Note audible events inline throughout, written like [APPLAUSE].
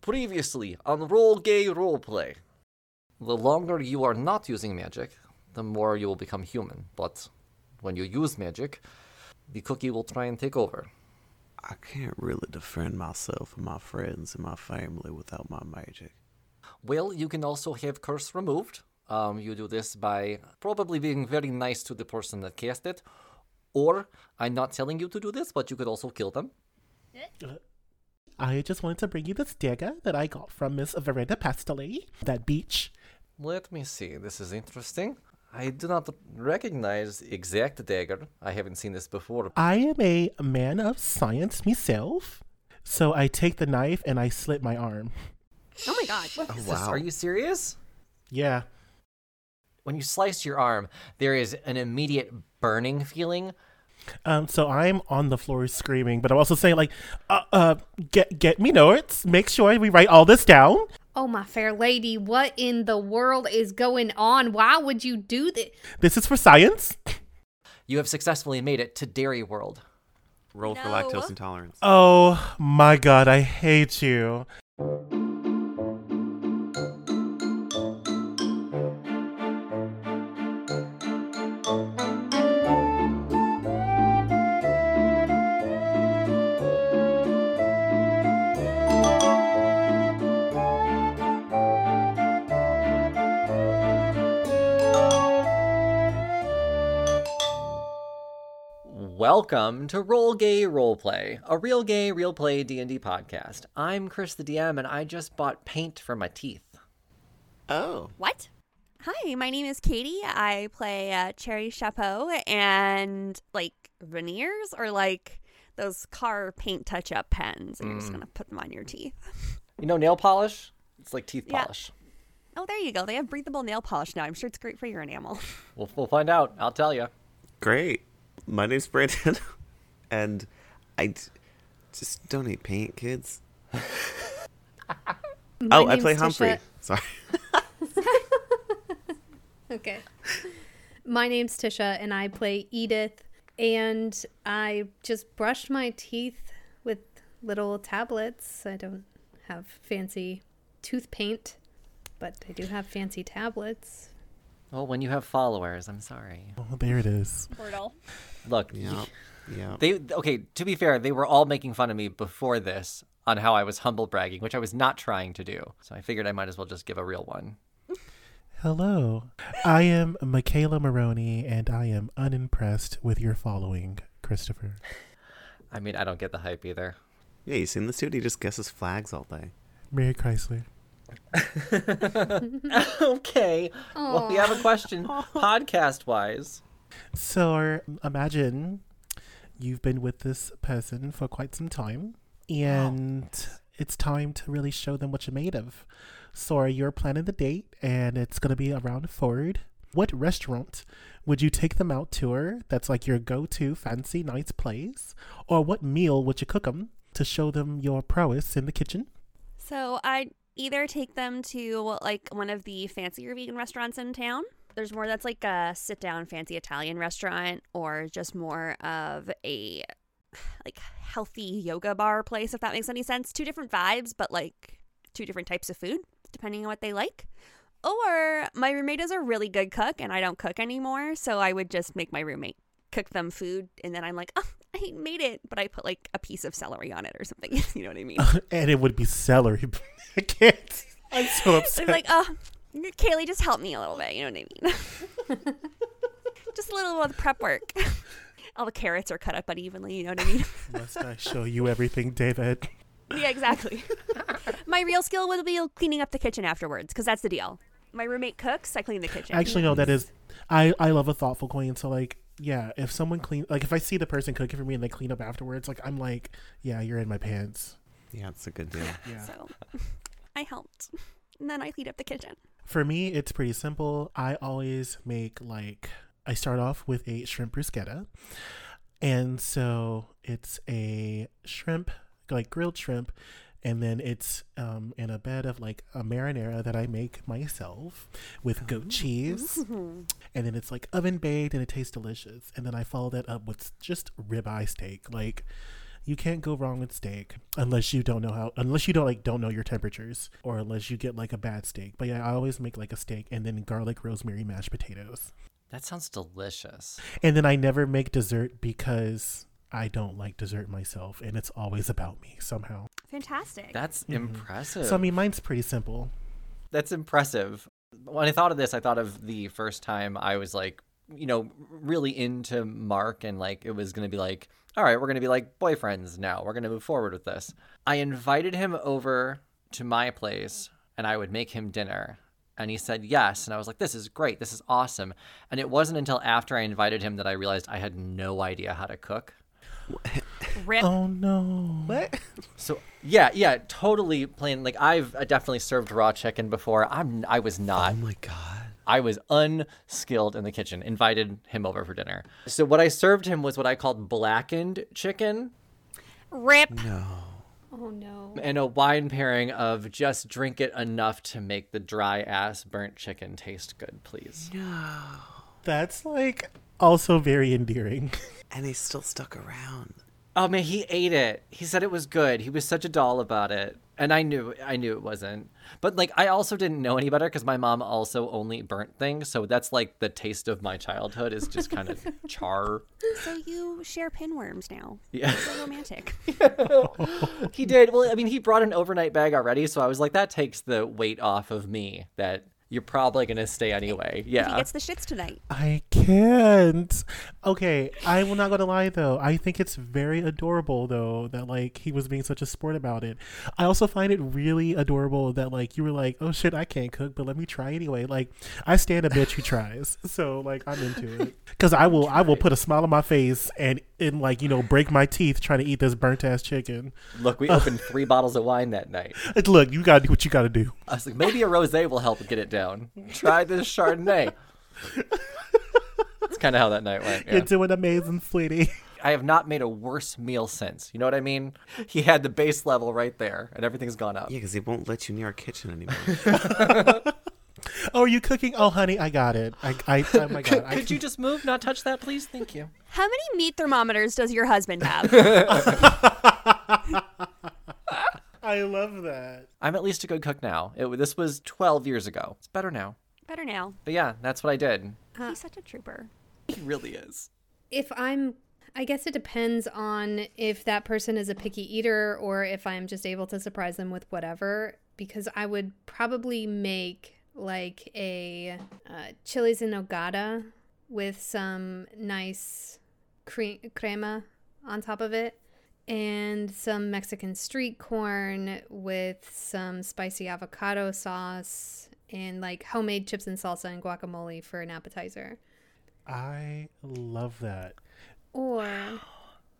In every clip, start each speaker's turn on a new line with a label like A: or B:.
A: Previously on Roll Gay Roleplay. The longer you are not using magic, the more you will become human. But when you use magic, the cookie will try and take over.
B: I can't really defend myself and my friends and my family without my magic.
A: Well, you can also have curse removed. Um, you do this by probably being very nice to the person that cast it. Or, I'm not telling you to do this, but you could also kill them.
C: I just wanted to bring you this dagger that I got from Miss Verena Pastelli, that beach.
A: Let me see. This is interesting. I do not recognize exact dagger. I haven't seen this before.
C: I am a man of science myself, so I take the knife and I slit my arm.
D: Oh my god.
A: What is this? Are you serious?
C: Yeah.
A: When you slice your arm, there is an immediate burning feeling.
C: Um, so I'm on the floor screaming, but I'm also saying like, uh, uh get get me notes. Make sure we write all this down.
D: Oh my fair lady, what in the world is going on? Why would you do this?
C: This is for science.
A: You have successfully made it to Dairy World.
E: Roll for
D: No.
E: lactose intolerance.
C: Oh my god, I hate you.
A: Welcome to Roll Gay Roleplay, a real gay, real play D&D podcast. I'm Chris the DM, and I just bought paint for my teeth.
B: Oh.
F: What? Hi, my name is Katie. I play uh, Cherry Chapeau and like veneers or like those car paint touch up pens. And You're just going to put them on your teeth.
A: You know nail polish? It's like teeth
F: Yeah.
A: polish.
F: Oh, there you go. They have breathable nail polish now. I'm sure it's great for your enamel.
A: We'll, we'll find out. I'll tell you.
B: Great. My name's Brandon. [LAUGHS] and I d- just don't eat paint, kids. oh, I
D: name's
B: play
D: Tisha.
B: Humphrey. [LAUGHS] Sorry.
D: Okay. [LAUGHS] My name's Tisha and I play Edith and I just brushed my teeth with little tablets. I don't have fancy tooth paint, but I do have fancy tablets.
A: Well, when you have followers, I'm sorry.
C: Oh, there it is.
F: Portal.
A: Look,
B: Yep. Yep.
A: They okay. To be fair, they were all making fun of me before this on how I was humble bragging, which I was not trying to do. So I figured I might as well just give a real one.
C: Hello. I am Michaela Maroney, and I am unimpressed with your following, Christopher.
A: I mean, I don't get the hype either.
B: yeah, you seen this dude? He just guesses flags all day.
C: Mary Chrysler.
A: Okay. Well, we have a question, podcast wise.
C: So imagine you've been with this person for quite some time, and it's time to really show them what you're made of. So you're planning the date, and it's going to be around Ford. What restaurant would you take them out to? Or that's like your go-to fancy nights place, or what meal would you cook them to show them your prowess in the kitchen?
F: So I'd either take them to like one of the fancier vegan restaurants in town. There's more that's like a sit down fancy Italian restaurant or just more of a like healthy yoga bar place, if that makes any sense. Two different vibes, but like two different types of food, depending on what they like. Or my roommate is a really good cook and I don't cook anymore, so I would just make my roommate cook them food and then I'm like, oh, I made it, but I put like a piece of celery on it or something. [LAUGHS] you know what I mean?
C: [LAUGHS] and it would be celery. [LAUGHS] I can't. I'm [LAUGHS]
F: [LAUGHS]
C: so
F: So
C: upset.
F: it's like, oh, Kaylee, just help me a little bit. You know what I mean?
C: [LAUGHS]
F: just a little of the prep work. [LAUGHS] All the carrots are cut up unevenly. You know what I mean? [LAUGHS]
C: Must I show you everything, David? [LAUGHS]
F: yeah, exactly. My real skill would be cleaning up the kitchen afterwards, because that's the deal. My roommate cooks. I clean the kitchen.
C: Actually, no, that is. I I love a thoughtful queen. So like, yeah, if someone clean, like if I see the person cooking for me and they clean up afterwards, like I'm like, yeah, you're in my pants.
B: Yeah, it's a good deal.
F: so [LAUGHS] I helped, and then I cleaned up the kitchen.
C: For me, it's pretty simple. I always make like I start off with a shrimp bruschetta, and so it's a shrimp like grilled shrimp, and then it's um, in a bed of like a marinara that I make myself with goat cheese, and then it's like oven baked and it tastes delicious. And then I follow that up with just ribeye steak, like You can't go wrong with steak unless you don't know how unless you don't like don't know your temperatures or unless you get like a bad steak. But yeah, I always make like a steak and then garlic rosemary mashed potatoes.
A: That sounds delicious.
C: And then I never make dessert because I don't like dessert myself and it's always about me somehow.
F: Fantastic.
A: That's impressive.
C: So I mean mine's pretty simple.
A: That's impressive. When I thought of this, I thought of the first time I was like, you know, really into Mark and like it was going to be like, all right, we're going to be like boyfriends now. We're going to move forward with this. I invited him over to my place and I would make him dinner. And he said yes. And I was like, this is great. This is awesome. And it wasn't until after I invited him that I realized I had no idea how to cook.
F: Rip.
C: Oh no.
B: What?
A: So yeah, yeah, totally plain. Like I've uh, definitely served raw chicken before. I'm I was not.
B: Oh my god.
A: I was unskilled in the kitchen. Invited him over for dinner. So what I served him was what I called blackened chicken
F: Rip.
D: Oh no.
A: and a wine pairing of just drink it enough to make the dry ass burnt chicken taste good, please.
C: That's like also very endearing. [LAUGHS]
B: And they still stuck around.
A: Oh man, he ate it. He said it was good. He was such a doll about it. And I knew I knew it wasn't. But like I also didn't know any better cuz my mom also only burnt things, so that's like the taste of my childhood is just kind of char.
F: So you share pinworms now.
A: Yeah.
F: So romantic.
A: He did. Well, I mean, he brought an overnight bag already, so I was like that takes the weight off of me that you're probably going to stay anyway.
F: He
A: Yeah.
F: gets the shits tonight.
C: I can't. Okay, I'm not gonna lie though. I think it's very adorable though that like he was being such a sport about it. I also find it really adorable that like you were like, oh shit, I can't cook, but let me try anyway. Like I stand a bitch who tries, [LAUGHS] so like I'm into it because I will I will put a smile on my face and and like you know break my teeth trying to eat this burnt ass chicken.
A: Look, we opened 3 bottles of wine that night.
C: Like, look, you gotta do what you gotta do.
A: I was like maybe a rosé will help get it down. Try this Chardonnay. That's kind of how that night went. yeah.
C: You're doing amazing, sweetie.
A: I have not made a worse meal since. You know what I mean? He had the base level right there, and everything's gone up.
B: Yeah, because they won't let you near our kitchen anymore.
C: [LAUGHS]
B: [LAUGHS]
C: Oh, are you cooking? Oh, honey, I got it. I, I
A: [LAUGHS]
C: oh my god, I
A: Could you just move, not touch that, please? Thank you.
F: How many meat thermometers does your
A: [LAUGHS]
F: husband have?
C: I love that.
A: I'm at least a good cook now. It, this was 12 years ago. It's better now.
F: Better now.
A: But yeah, that's what I did.
F: He's such a trooper.
A: He really is.
D: If I'm I guess it depends on if that person is a picky eater or if I'm just able to surprise them with whatever because I would probably make like a uh, chilies and nogada with some nice cre- crema on top of it and some Mexican street corn with some spicy avocado sauce and like homemade chips and salsa and guacamole for an appetizer.
C: I love that.
D: Or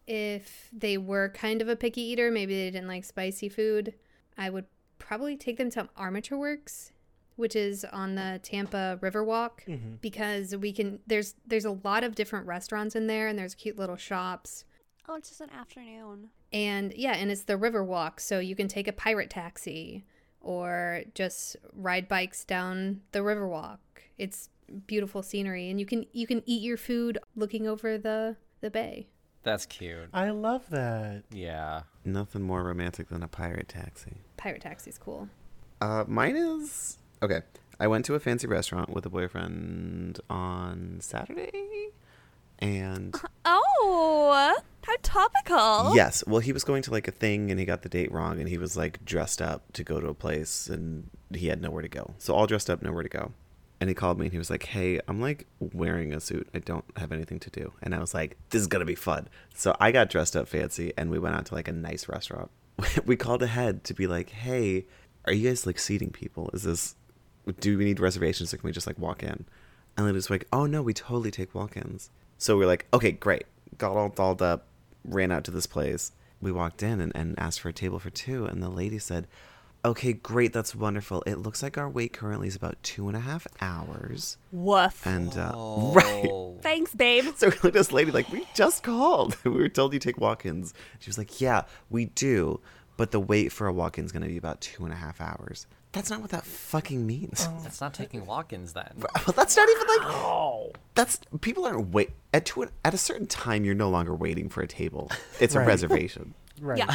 D: if they were kind of a picky eater, maybe they didn't like spicy food, I would probably take them to Armature Works, which is on the Tampa Riverwalk because we can there's there's a lot of different restaurants in there and there's cute little shops.
F: Oh, it's just an afternoon.
D: And yeah, and it's the Riverwalk, so you can take a pirate taxi or just ride bikes down the Riverwalk. It's beautiful scenery and you can you can eat your food looking over the the bay.
A: That's cute.
C: I love that.
A: Yeah.
B: Nothing more romantic than a pirate taxi.
D: Pirate Taxi's cool.
B: Uh, mine is okay. I went to a fancy restaurant with a boyfriend on Saturday, and
F: Oh, how topical.
B: yes, well, he was going to like a thing, and he got the date wrong, and he was like dressed up to go to a place, and he had nowhere to go. So all dressed up, nowhere to go. And he called me, and he was like, "Hey, I'm like wearing a suit. I don't have anything to do." And I was like, "This is gonna be fun." So I got dressed up fancy, and we went out to like a nice restaurant. [LAUGHS] we called ahead to be like, "Hey, are you guys like seating people? Is this do we need reservations or can we just like walk in? And they was like, oh no, we totally take walk ins. So we are like, okay, great. Got all dolled up, ran out to this place. We walked in and, and asked for a table for two. And the lady said, okay, great. That's wonderful. It looks like our wait currently is about two and a half hours.
F: Woof.
B: And, uh, [LAUGHS] right.
F: Thanks, babe.
B: So [LAUGHS] we looked at [LAUGHS] this lady like, we just called. We were told you take walk ins. She was like, yeah, we do. but the wait for a walk-in is going to be about two and a half hours. That's not what that fucking means.
A: That's not taking walk-ins then.
B: [LAUGHS] Well, that's not even like
A: Oh.
B: that's people aren't wait at two at a certain time. You're no longer waiting for a
C: [LAUGHS]
B: table. It's
C: Right.
B: a reservation. [LAUGHS]
C: Right.
F: Yeah.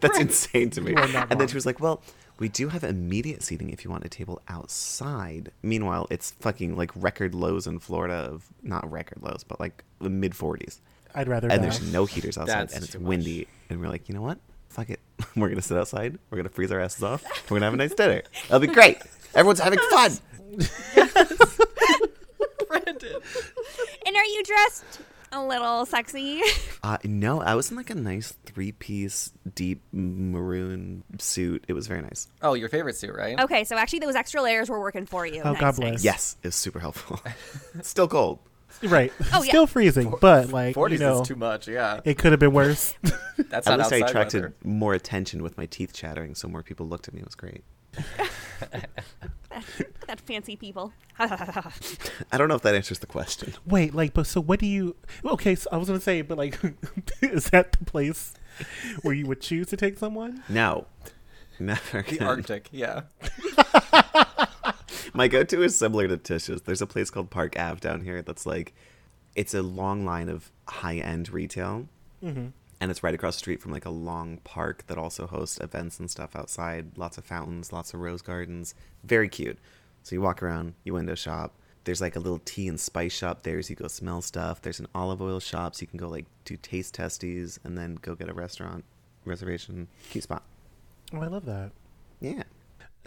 B: That's insane to me.
C: are not
B: And then
C: wrong.
B: she was like, "Well, we do have immediate seating if you want a table outside." Meanwhile, it's fucking like record lows in Florida of not record lows, but like the mid 40s.
C: I'd rather
B: And
C: die.
B: there's no
C: [LAUGHS]
B: heaters outside,
A: That's
B: and it's
A: too much.
B: windy. And we're like, you know what? Fuck it. [LAUGHS] We're gonna sit outside. We're gonna freeze our asses off. We're gonna have a nice dinner. That'll be great. Everyone's having
C: [LAUGHS]
B: fun.
A: Brandon.
F: And are you dressed a little sexy?
B: Uh, no, I was in like a nice three-piece deep maroon suit. It was very nice.
A: Oh, your favorite suit, right?
F: okay, so actually those extra layers were working for you.
C: Oh,
F: Nice,
C: God
F: nice.
C: bless.
B: Yes, it was super helpful. Still cold.
C: Right.
F: [LAUGHS] Oh, yeah.
C: Still freezing, but like you
A: 40s
C: know,
A: is too much.
C: [LAUGHS]
A: Yeah.
C: it could have been worse.
A: That's not
B: At least I
A: outside
B: attracted
A: weather.
B: more attention with my teeth chattering, so more people looked at me. It was great.
F: That, that fancy
C: [LAUGHS]
F: people.
B: I don't know if that answers the question.
C: Wait, like, but so what do you? Okay, so I was gonna say, but like, [LAUGHS] is that the place where you would choose to take someone?
B: No, [LAUGHS] never.
A: The
B: again.
A: Arctic. Yeah.
B: My go-to is similar to Tish's. There's a place called Park Ave down here that's like, it's a long line of high-end retail, and it's right across the street from like a long park that also hosts events and stuff outside. Lots of fountains, lots of rose gardens. Very cute. So you walk around, you window shop. There's like a little tea and spice shop there, so you go smell stuff. There's an olive oil shop, so you can go like do taste testies and then go get a restaurant reservation. Cute spot.
C: Oh, I love that.
B: Yeah.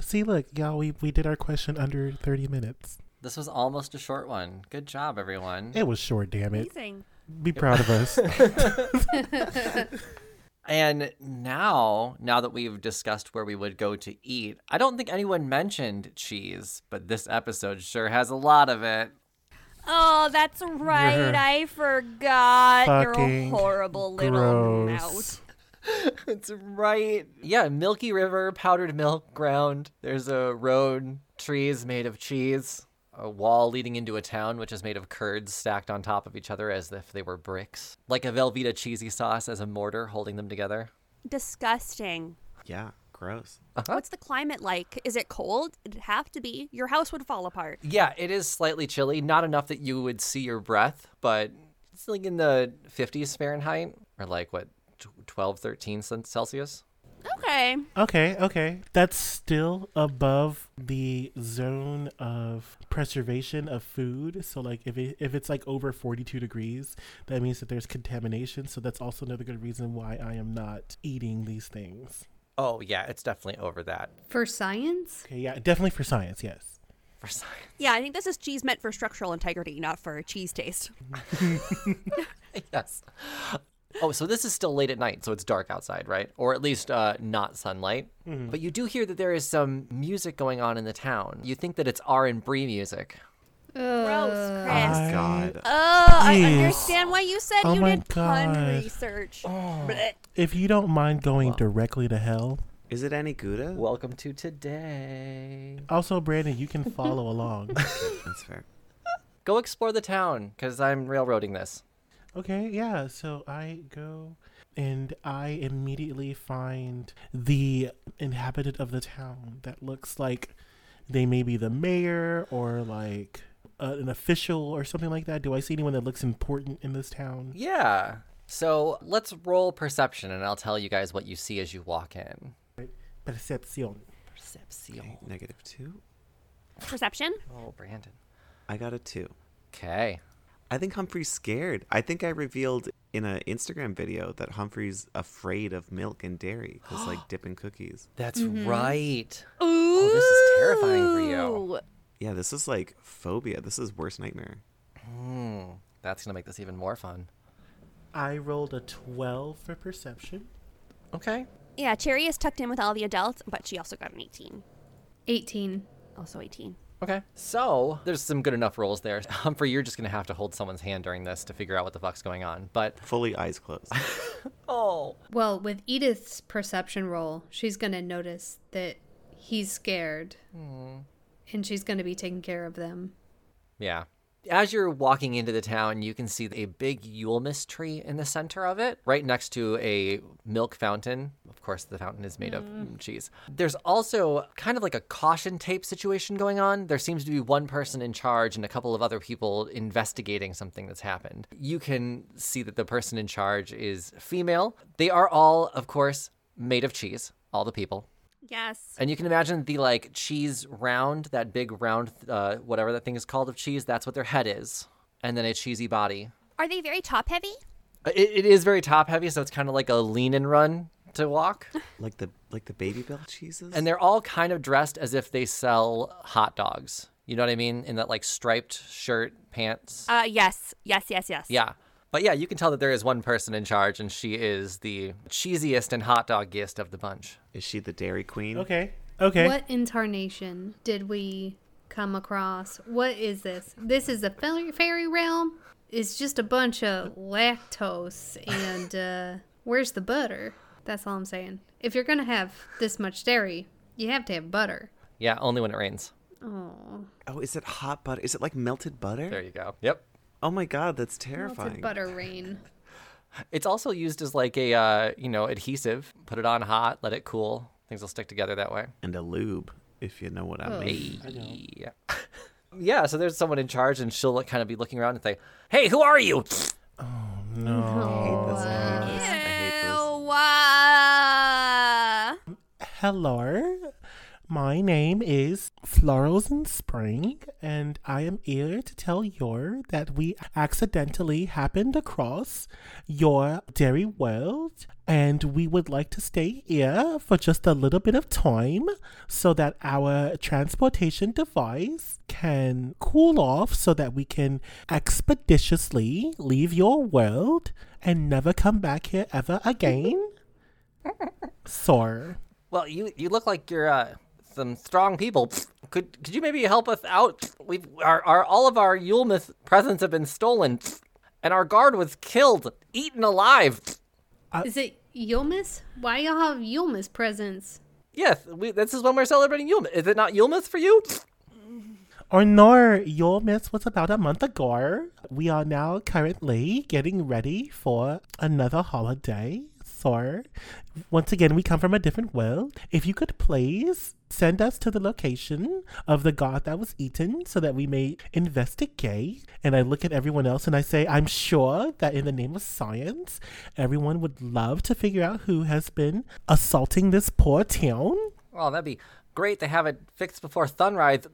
C: See, look, y'all, we we did our question under thirty minutes.
A: This was almost a short one. Good job, everyone.
C: It was short, damn it.
F: Amazing.
C: Be proud of
F: [LAUGHS]
C: us.
A: And now, now that we've discussed where we would go to eat, I don't think anyone mentioned cheese, but this episode sure has a lot of it.
F: Oh, that's right.
C: You're
F: I forgot your
C: fucking
F: horrible little
C: Gross.
F: mouth.
A: It's right. Yeah, Milky River, powdered milk ground. There's a road, trees made of cheese, a wall leading into a town which is made of curds stacked on top of each other as if they were bricks, like a Velveeta cheesy sauce as a mortar holding them together.
F: Disgusting.
B: Yeah. Gross.
F: What's the climate like? Is it cold? It'd have to be. Your house would fall apart.
A: Yeah, it is slightly chilly. Not enough that you would see your breath, but it's like in the 50s Fahrenheit or like what, tw- 12, 13 cen- Celsius?
F: Okay.
C: okay, okay, that's still above the zone of preservation of food. So, like, if it, if it's like over forty-two degrees, that means that there's contamination. So that's also another good reason why I am not eating these things.
A: Oh, yeah, it's definitely over that
D: For science?
C: Okay, yeah, definitely for science. Yes.
A: for [LAUGHS] science.
F: Yeah, I think this is cheese meant for structural integrity, not for cheese taste.
A: [LAUGHS] yes. Oh, so this is still late at night, so it's dark outside, right? Or at least uh, not sunlight. But you do hear that there is some music going on in the town. You think that it's R and B music.
F: Gross,
D: Ugh.
B: Ah.
F: Chris.
C: I-
B: God.
F: Oh, I
C: Jeez.
F: understand why you said
C: Oh
F: you
C: my
F: did pun
C: God.
F: research.
C: If you don't mind going directly to hell.
B: Is it any Gouda?
A: Welcome to today.
C: Also, Brandon, you can follow along. [LAUGHS]
B: That's fair.
A: Go explore the town, because I'm railroading this.
C: Okay, yeah. So I go and I immediately find the inhabitant of the town that looks like they may be the mayor or like uh, an official or something like that. Do I see anyone that looks important in this town?
A: Yeah. So let's roll perception, and I'll tell you guys what you see as you walk in.
C: Percepcion.
A: Perception.
B: Negative two.
F: Perception?
A: Oh, Brandon.
B: I got a two.
A: Okay.
B: I think Humphrey's scared. I think I revealed in an Instagram video that Humphrey's afraid of milk and dairy because like dipping cookies.
A: That's right. Oh,
F: Ooh.
A: this is terrifying for you.
B: Yeah, this is like phobia. This is worst nightmare.
A: That's gonna make this even more fun.
C: I rolled a 12 for perception.
A: Okay.
F: Yeah, Cherry is tucked in with all the adults, but she also got an 18.
D: 18.
F: Also 18.
A: Okay. So there's some good enough rolls there. [LAUGHS] Humphrey, you're just gonna have to hold someone's hand during this to figure out what the fuck's going on. But
B: Fully eyes closed.
A: oh,
D: Well, with Edith's perception roll, she's going to notice that he's scared. And she's going to be taking care of them.
A: yeah. As you're walking into the town, you can see a big Yulemas tree in the center of it, right next to a milk fountain. Of course, the fountain is made of cheese. There's also kind of like a caution tape situation going on. There seems to be one person in charge and a couple of other people investigating something that's happened. You can see that the person in charge is female. They are all, of course, made of cheese, all the people.
F: Yes.
A: And you can imagine the like cheese round, that big round, uh, whatever that thing is called of cheese. That's what their head is, and then a cheesy body.
F: Are they very top heavy?
A: Uh, It, it is very top heavy, so it's kind of like a lean and run to walk.
B: Like the like the baby bell cheeses.
A: And they're all kind of dressed as if they sell hot dogs. You know what I mean? In that like striped shirt, pants.
F: Uh, yes, yes, yes, yes.
A: Yeah. But yeah, you can tell that there is one person in charge, and she is the cheesiest and hot doggiest of the bunch.
B: is she the Dairy Queen?
C: Okay. Okay.
D: What incarnation did we come across? What is this? This is the fairy, fairy realm. It's just a bunch of lactose and uh, where's the butter? That's all I'm saying. If you're gonna have this much dairy, you have to have butter.
A: Yeah, only when it rains.
D: Oh,
B: Oh, is it hot butter? Is it like melted butter?
A: There you go. Yep.
B: Oh my god, that's
D: melted
B: terrifying.
D: butter rain.
A: It's also used as like a uh, you know adhesive. Put it on hot, let it cool. Things will stick together that way.
B: And a lube, if you know what
D: Oh,
B: I mean.
A: Yeah. [LAUGHS] yeah. So there's someone in charge, and she'll like, kind of be looking around and say, "Hey, who are you?" [SNIFFS]
B: I hate this. I hate this.
F: Ew, uh,
C: Hello. My name is Florals in Spring, and I am here to tell you that we accidentally happened across your dairy world, and we would like to stay here for just a little bit of time so that our transportation device can cool off so that we can expeditiously leave your world and never come back here ever again. Sor.
A: Well, you you look like you're uh, some strong people. [SNIFFS] Could could you maybe help us out? We our, our all of our Yulmuth presents have been stolen, [SNIFFS] and our guard was killed, eaten alive. [SNIFFS]
D: Is it Yulmus? Why y'all have Yulmus presents?
A: Yes, we, this is when we're celebrating Yulmuth. Is it not Yulmuth for you?
C: Or nor, your miss was about a month ago. We are now currently getting ready for another holiday. So, once again, we come from a different world. If you could please send us to the location of the god that was eaten so that we may investigate. And I look at everyone else and I say, I'm sure that in the name of science, everyone would love to figure out who has been assaulting this poor town.
A: Oh, that'd be great to have it fixed before sunrise.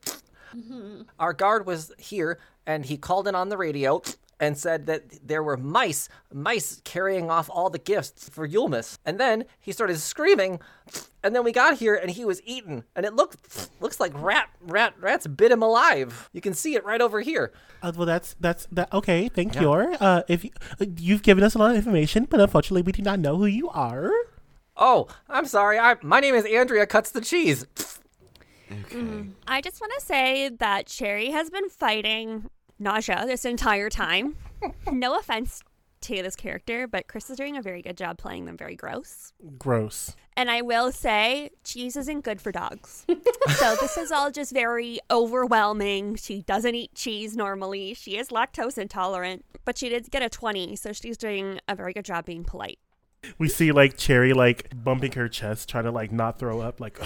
A: Our guard was here and he called in on the radio and said that there were mice, mice carrying off all the gifts for Yulmus. And then he started screaming and then we got here and he was eaten and it looked looks like rat rat rats bit him alive. You can see it right over here.
C: Uh, well, that's that's that. Okay, thank you. Uh, if you, uh, you've given us a lot of information, but unfortunately, we do not know who you are.
A: Oh, I'm sorry. I my name is Andrea cuts the cheese.
B: Okay.
F: I just want to say that Cherry has been fighting nausea this entire [LAUGHS] time. no offense to this character, but Chris is doing a very good job playing them very gross.
C: Gross.
F: And I will say, cheese isn't good for [LAUGHS] dogs. so this is all just very overwhelming. She doesn't eat cheese normally. She is lactose intolerant, but she did get a 20, so she's doing a very good job being [LAUGHS] polite.
C: We see like Cherry like bumping her chest, trying to like not throw up. Like,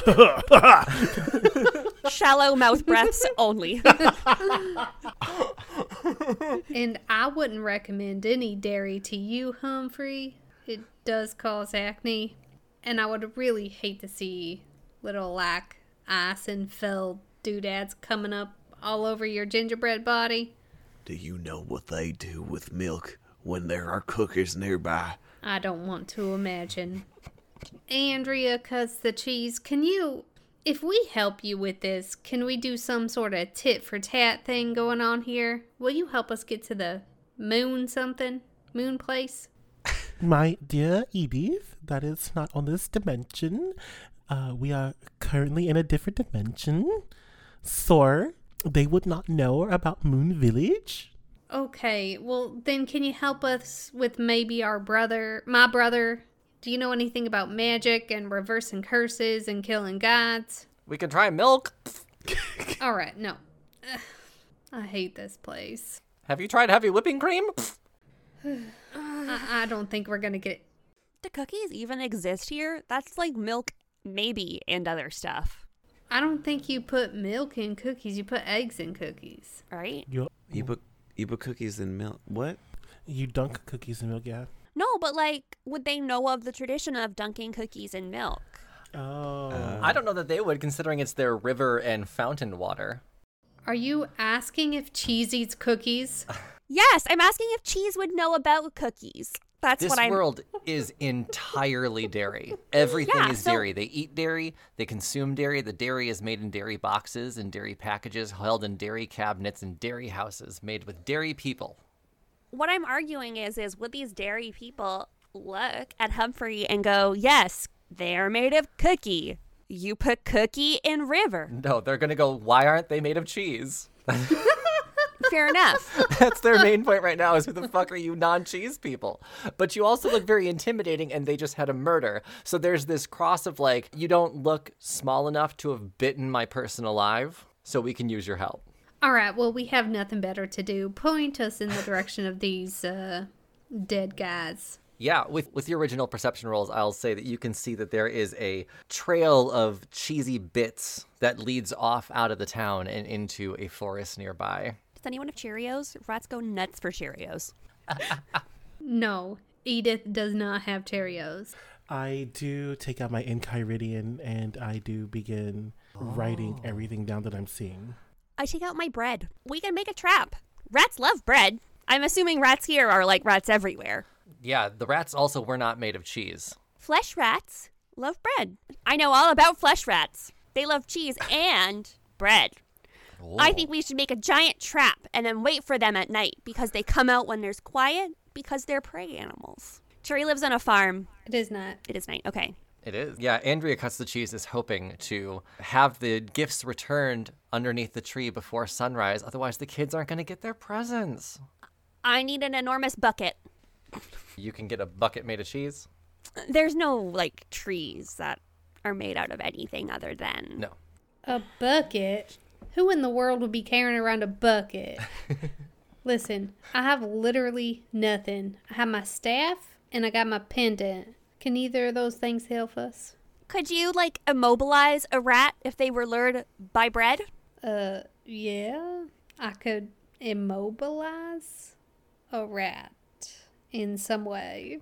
C: [LAUGHS]
F: Shallow mouth [LAUGHS] breaths only.
D: And I wouldn't recommend any dairy to you, Humphrey. It does cause acne. And I would really hate to see little like ice and fell doodads coming up all over your gingerbread body.
E: Do you know what they do with milk when there are cookers nearby?
D: I don't want to imagine. Andrea cuts the cheese. Can you, if we help you with this, can we do some sort of tit for tat thing going on here? Will you help us get to the moon something? Moon place?
C: My dear Edith, that is not on this dimension. Uh, we are currently in a different dimension. So they would not know about Moon Village.
D: Okay, well, then can you help us with maybe our brother, my brother? Do you know anything about magic and reversing curses and killing gods?
A: We can try milk.
D: All right, no. Ugh. I hate this place.
A: Have you tried heavy whipping cream? Pfft.
D: I, I don't think we're gonna get.
F: Do cookies even exist here? That's like milk, maybe, and other stuff,
D: I don't think you put milk in cookies. You put eggs in cookies.
F: right?
C: You
B: You put you put cookies in milk. What?
C: you dunk cookies in milk, yeah.
F: No, but like, would they know of the tradition of dunking cookies in milk?
C: Oh,
A: I don't know that they would, considering it's their river and fountain water.
D: Are you asking if cheese eats cookies?
F: Yes, I'm asking if cheese would know about cookies. That's
A: this
F: what I'm.
A: world is entirely dairy. Everything
F: [LAUGHS] Yeah,
A: is
F: so-
A: dairy. They eat dairy. They consume dairy. The dairy is made in dairy boxes and dairy packages, held in dairy cabinets and dairy houses, made with dairy people.
F: What I'm arguing is, is would these dairy people look at Humphrey and go, "Yes, they're made of cookie. You put cookie in river. [LAUGHS]
A: No, they're gonna go. Why aren't they made of cheese?
F: Fair enough." [LAUGHS]
A: That's their main point right now. Is who the fuck are you non-cheese people? But you also look very intimidating, and they just had a murder. So there's this cross of like, you don't look small enough to have bitten my person alive, so we can use your help.
D: All right. Well, we have nothing better to do. Point us in the direction of these uh, dead guys.
A: Yeah, with with your original perception rolls, I'll say that you can see that there is a trail of cheesy bits that leads off out of the town and into a forest nearby.
F: Does anyone have Cheerios? Rats go nuts for Cheerios.
D: No, Edith does not have Cheerios.
C: I do take out my Enchiridion and I do begin writing everything down that I'm seeing.
F: I take out my bread. We can make a trap. Rats love bread. I'm assuming rats here are like rats everywhere.
A: Yeah, the rats also were not made of cheese.
F: Flesh rats love bread. I know all about flesh rats. They love cheese and bread. I think we should make a giant trap and then wait for them at night because they come out when there's quiet because they're prey animals. Cherry lives on a farm.
D: It is not.
F: It is night. Okay.
A: It is. Yeah, Andrea cuts the cheese is hoping to have the gifts returned underneath the tree before sunrise. Otherwise, the kids aren't going to get their presents.
F: I need an enormous bucket.
A: You can get a bucket made of cheese.
F: There's no like trees that are made out of anything other than
A: No.
D: A bucket? Who in the world would be carrying around a bucket? Listen, I have literally nothing. I have my staff and I got my pendant. Can either of those things help us?
F: Could you like immobilize a rat if they were lured by bread?
D: Uh, yeah. I could immobilize a rat in some way.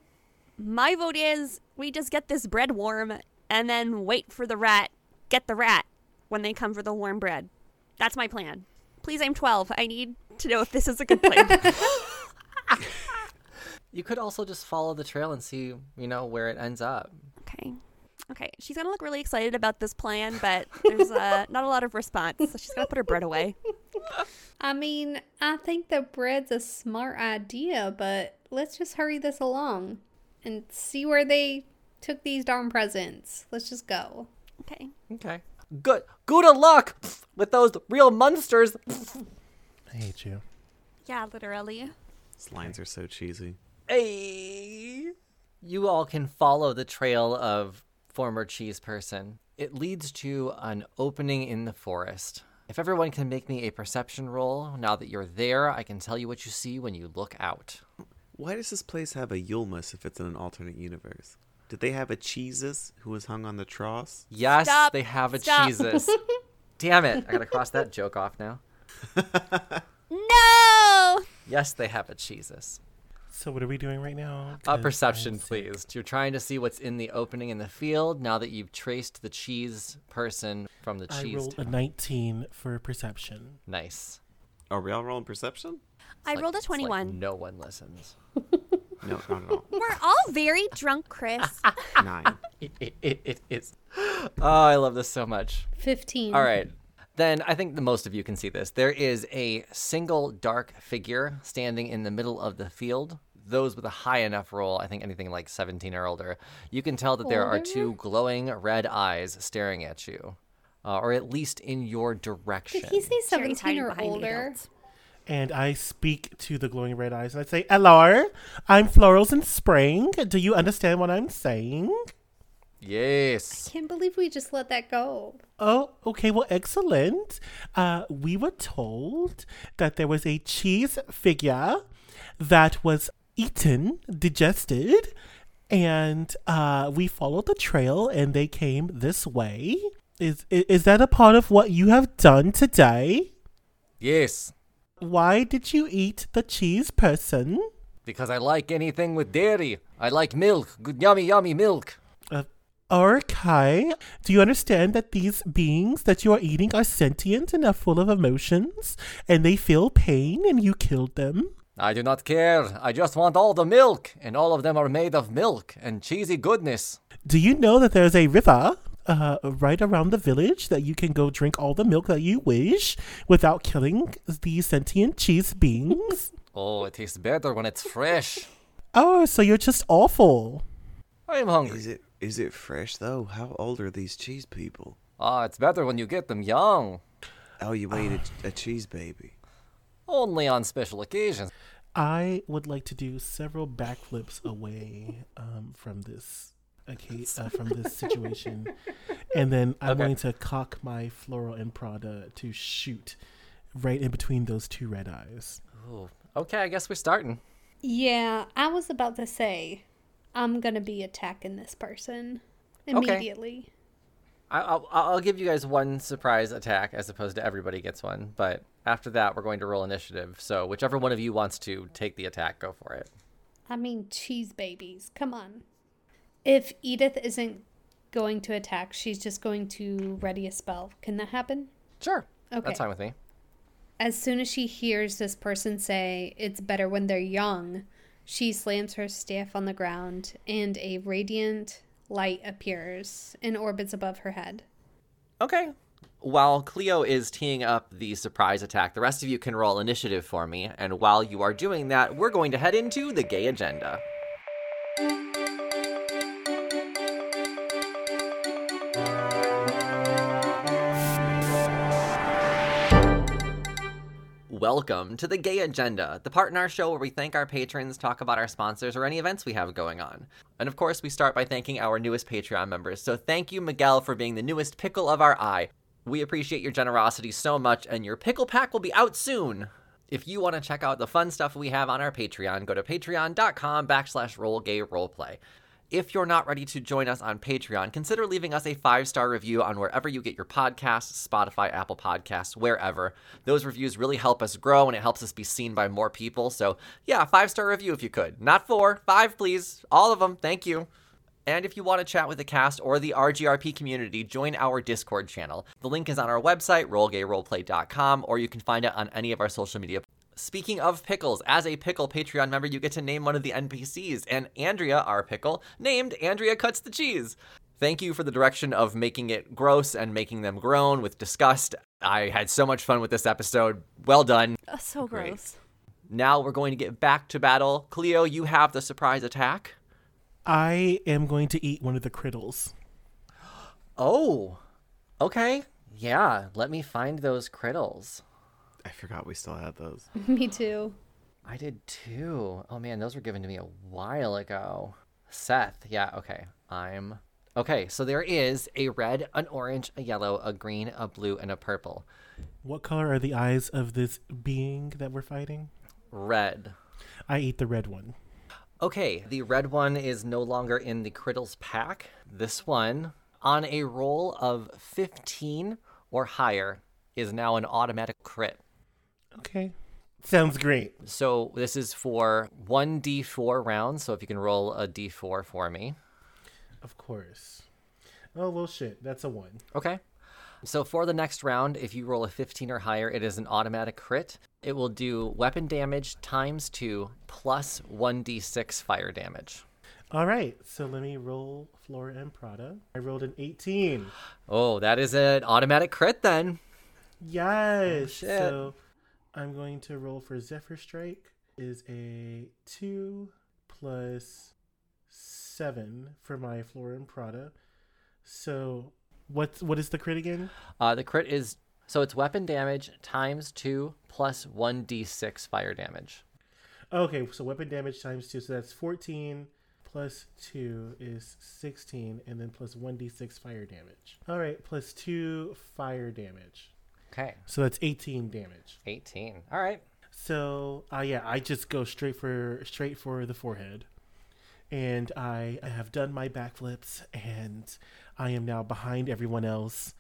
F: My vote is we just get this bread warm and then wait for the rat, get the rat when they come for the warm bread. That's my plan. Please, I'm 12. I need to know if this is a good [LAUGHS] plan.
A: You could also just follow the trail and see, you know, where it ends up.
F: okay. Okay. She's going to look really excited about this plan, but there's uh, not a lot of response. So she's going to put her bread away.
D: I mean, I think the bread's a smart idea, but let's just hurry this along and see where they took these darn presents. Let's just go.
F: Okay.
A: Okay. Good. Good of luck with those real monsters.
C: I hate you.
F: Yeah, literally.
B: These lines are so cheesy.
A: Hey. You all can follow the trail of former cheese person. It leads to an opening in the forest. If everyone can make me a perception roll, now that you're there, I can tell you what you see when you look out.
B: Why does this place have a Yulmus if it's in an alternate universe? Did they have a Cheesus who was hung on the tross?
A: Yes,
F: Stop.
A: they have a
F: Stop.
A: cheeses.
F: [LAUGHS]
A: Damn it. I gotta cross that joke off now.
F: No!
A: Yes, they have a cheeses.
C: So what are we doing right now?
A: A
C: 'Cause
A: Uh, perception,
C: I'm sick.
A: please. You're trying to see what's in the opening in the field now that you've traced the cheese person from the
C: I
A: cheese.
C: rolled a
A: town.
C: 19 for perception.
A: Nice.
B: Are we all rolling perception?
F: I
A: Like-
F: rolled a
A: it's like
F: 21.
A: no one listens.
B: No, not at all.
F: We're all very drunk, Chris.
B: Nine.
A: It, it, it, it is. Oh, I love this so much.
D: 15.
A: All right. Then I think the most of you can see this. There is a single dark figure standing in the middle of the field. Those with a high enough roll, I think anything like 17 or older, you can tell that there are two glowing red eyes staring at you, uh, or at least in your direction.
D: Did he say
F: Sherry's
D: 17
F: hiding
D: or
F: behind the
D: older?
F: adults.
C: And I speak to the glowing red eyes and I say, Hello, I'm Florals in Spring. Do you understand what I'm saying?
A: Yes.
D: Can't believe we just let that go.
C: Oh, okay. Well, excellent. Uh, we were told that there was a cheese figure that was eaten, digested, and uh, we followed the trail, and they came this way. Is i- is that a part of what you have done today?
A: Yes.
C: Why did you eat the cheese person?
A: Because I like anything with dairy. I like milk. Good yummy yummy milk.
C: Uh, okay. Do you understand that these beings that you are eating are sentient and are full of emotions and they feel pain and you killed them?
A: I do not care. I just want all the milk, and all of them are made of milk and cheesy goodness.
C: Do you know that there's a river uh, right around the village that you can go drink all the milk that you wish without killing these sentient cheese beings?
A: Oh, it tastes better when it's fresh.
C: oh, so you're just awful.
A: I'm hungry.
E: Is it is it fresh though? How old are these cheese people?
A: Ah, it's better when you get them young.
E: Oh, you ate a, a cheese baby.
A: Only on special occasions.
C: I would like to do several backflips away um, from this okay, uh, from this situation, and then I'm
A: Okay.
C: going to cock my floral and Prada to shoot right in between those two red eyes.
A: Ooh. Okay, I guess we're starting.
D: Yeah, I was about to say, I'm gonna be attacking this person
A: Okay.
D: immediately.
A: I, I'll, I'll give you guys one surprise attack as opposed to everybody gets one, but after that, we're going to roll initiative. So, whichever one of you wants to take the attack, go for it.
D: I mean, cheese babies. Come on. If Edith isn't going to attack, she's just going to ready a spell. Can that happen?
A: Sure.
D: Okay.
A: That's fine with me.
D: As soon as she hears this person say, it's better when they're young, she slams her staff on the ground and a radiant light appears and orbits above her head. [LAUGHS]
A: Okay. While Cleo is teeing up the surprise attack, the rest of you can roll initiative for me. And while you are doing that, we're going to head into the gay agenda. Welcome to the Gay Agenda, the part in our show where we thank our patrons, talk about our sponsors, or any events we have going on. And of course, we start by thanking our newest Patreon members. So thank you, Miguel, for being the newest pickle of our eye. We appreciate your generosity so much, and your pickle pack will be out soon. If you want to check out the fun stuff we have on our Patreon, go to patreon.com backslash rollgayroleplay. If you're not ready to join us on Patreon, consider leaving us a five star review on wherever you get your podcasts Spotify, Apple Podcasts, wherever. Those reviews really help us grow and it helps us be seen by more people. So, yeah, five star review if you could. Not four, five, please. All of them. Thank you. And if you want to chat with the cast or the RGRP community, join our Discord channel. The link is on our website, rollgayroleplay.com, or you can find it on any of our social media. Speaking of pickles, as a pickle Patreon member, you get to name one of the NPCs, and Andrea, our pickle, named Andrea Cuts the Cheese. Thank you for the direction of making it gross and making them groan with disgust. I had so much fun with this episode. Well done.
F: Oh, so
A: Great.
F: gross.
A: Now we're going to get back to battle. Cleo, you have the surprise attack.
C: I am going to eat one of the crittles.
A: Oh, okay. Yeah, let me find those crittles.
B: I forgot we still had those.
D: Me too.
A: I did too. Oh man, those were given to me a while ago. Seth, yeah, okay. I'm. Okay, so there is a red, an orange, a yellow, a green, a blue, and a purple.
C: What color are the eyes of this being that we're fighting?
A: Red.
C: I eat the red one.
A: Okay, the red one is no longer in the Crittles pack. This one, on a roll of 15 or higher, is now an automatic crit.
C: Okay. Sounds great.
A: So this is for 1d4 rounds. So if you can roll a d4 for me.
C: Of course. Oh, well, shit. That's a one.
A: Okay. So for the next round, if you roll a 15 or higher, it is an automatic crit. It will do weapon damage times 2 plus 1d6 fire damage.
C: All right. So let me roll Flora and Prada. I rolled an 18.
A: Oh, that is an automatic crit then.
C: Yes.
A: shit.
C: So I'm going to roll for Zephyr Strike is a two plus seven for my Flora and Prada. So what's what is the crit again?
A: Uh, the crit is so it's weapon damage times 2 plus 1d6 fire damage.
C: Okay, so weapon damage times two, so that's fourteen plus 2 is 16, and then plus 1d6 fire damage. All right, plus 2 fire damage.
A: Okay.
C: So that's 18 damage.
A: 18. All right.
C: So, uh, yeah, I just go straight for straight for the forehead, and I, I have done my backflips, and I am now behind everyone else,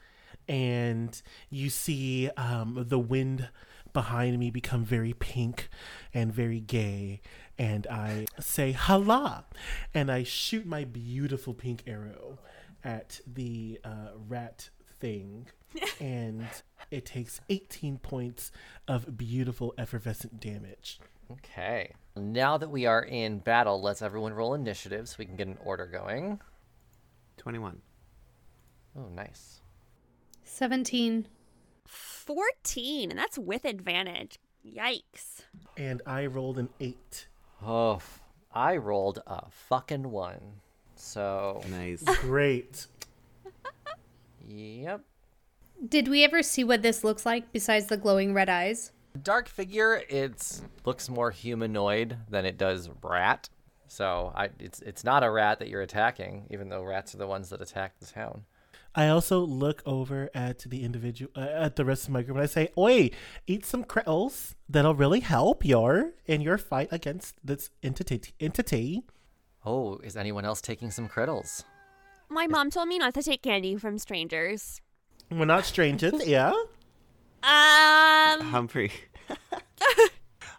C: and you see um, the wind behind me become very pink and very gay, and I say "Hala," and I shoot my beautiful pink arrow at the uh, rat thing and it takes 18 points of beautiful effervescent damage.
A: Okay. Now that we are in battle, let's everyone roll initiative so we can get an order going.
B: 21.
A: Oh, nice.
D: 17.
F: 14, and that's with advantage. Yikes.
C: And I rolled an 8.
A: Oh, f- I rolled a fucking one. So,
B: Nice.
C: Great.
A: yep.
D: Did we ever see what this looks like besides the glowing red eyes? [LAUGHS]
A: Dark figure, it's looks more humanoid than it does rat. So, I, it's it's not a rat that you're attacking, even though rats are the ones that attack the town.
C: I also look over at the individual, uh, at the rest of my group, and I say, Oi, eat some krills. That'll really help your in your fight against this entity. entity.
A: Oh, is anyone else taking some crittles?
F: My mom told me not to take candy from strangers.
C: We're not strangers, yeah?
F: Um,
B: Humphrey. [LAUGHS]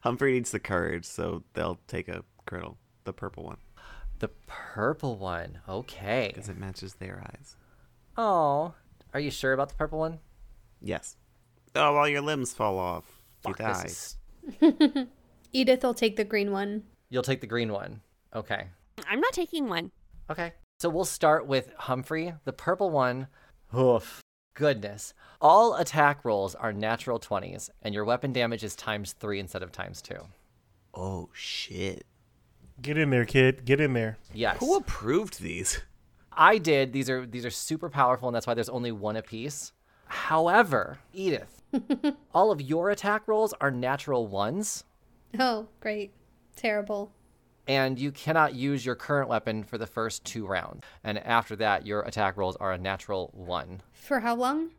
B: Humphrey needs the courage, so they'll take a griddle, the purple one,
A: The purple one. Okay.
B: because it matches their eyes.
A: Oh, are you sure about the purple one?
B: Yes. Oh, all your limbs fall off. You
A: Fuck, this
B: die.
A: is-
D: Edith will take the green one.
A: You'll take the green one. Okay.
F: I'm not taking one.
A: Okay. So we'll start with Humphrey, the purple one. Oof. Goodness. All attack rolls are natural 20s, and your weapon damage is times three instead of times two.
E: Oh shit.
C: Get in there, kid. Get in there.
A: Yes.
E: Who approved these?
A: I did. These are these are super powerful, and that's why there's only one apiece. However, Edith, all of your attack rolls are natural ones,
D: Oh, great. Terrible.
A: and you cannot use your current weapon for the first two rounds. And after that, your attack rolls are a natural one.
D: For how long?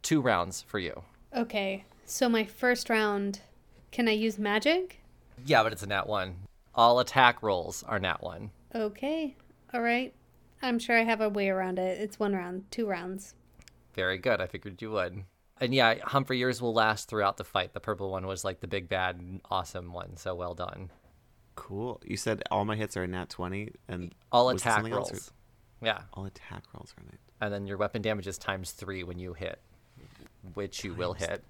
A: Two rounds for you.
D: Okay, so my first round, can I use magic?
A: Yeah, but it's a nat one. All attack rolls are nat one.
D: Okay, all right. I'm sure I have a way around it. It's one round, two rounds.
A: Very good. I figured you would. And yeah, Humphrey, yours will last throughout the fight. The purple one was like the big bad, awesome one. So well done.
B: Cool. You said all my hits are a nat 20, and
A: All
B: was there
A: attack
B: something else,
A: rolls.
B: or-
A: Yeah,
B: all attack rolls are nat.
A: and then your weapon damage is times three when you hit, which you will hit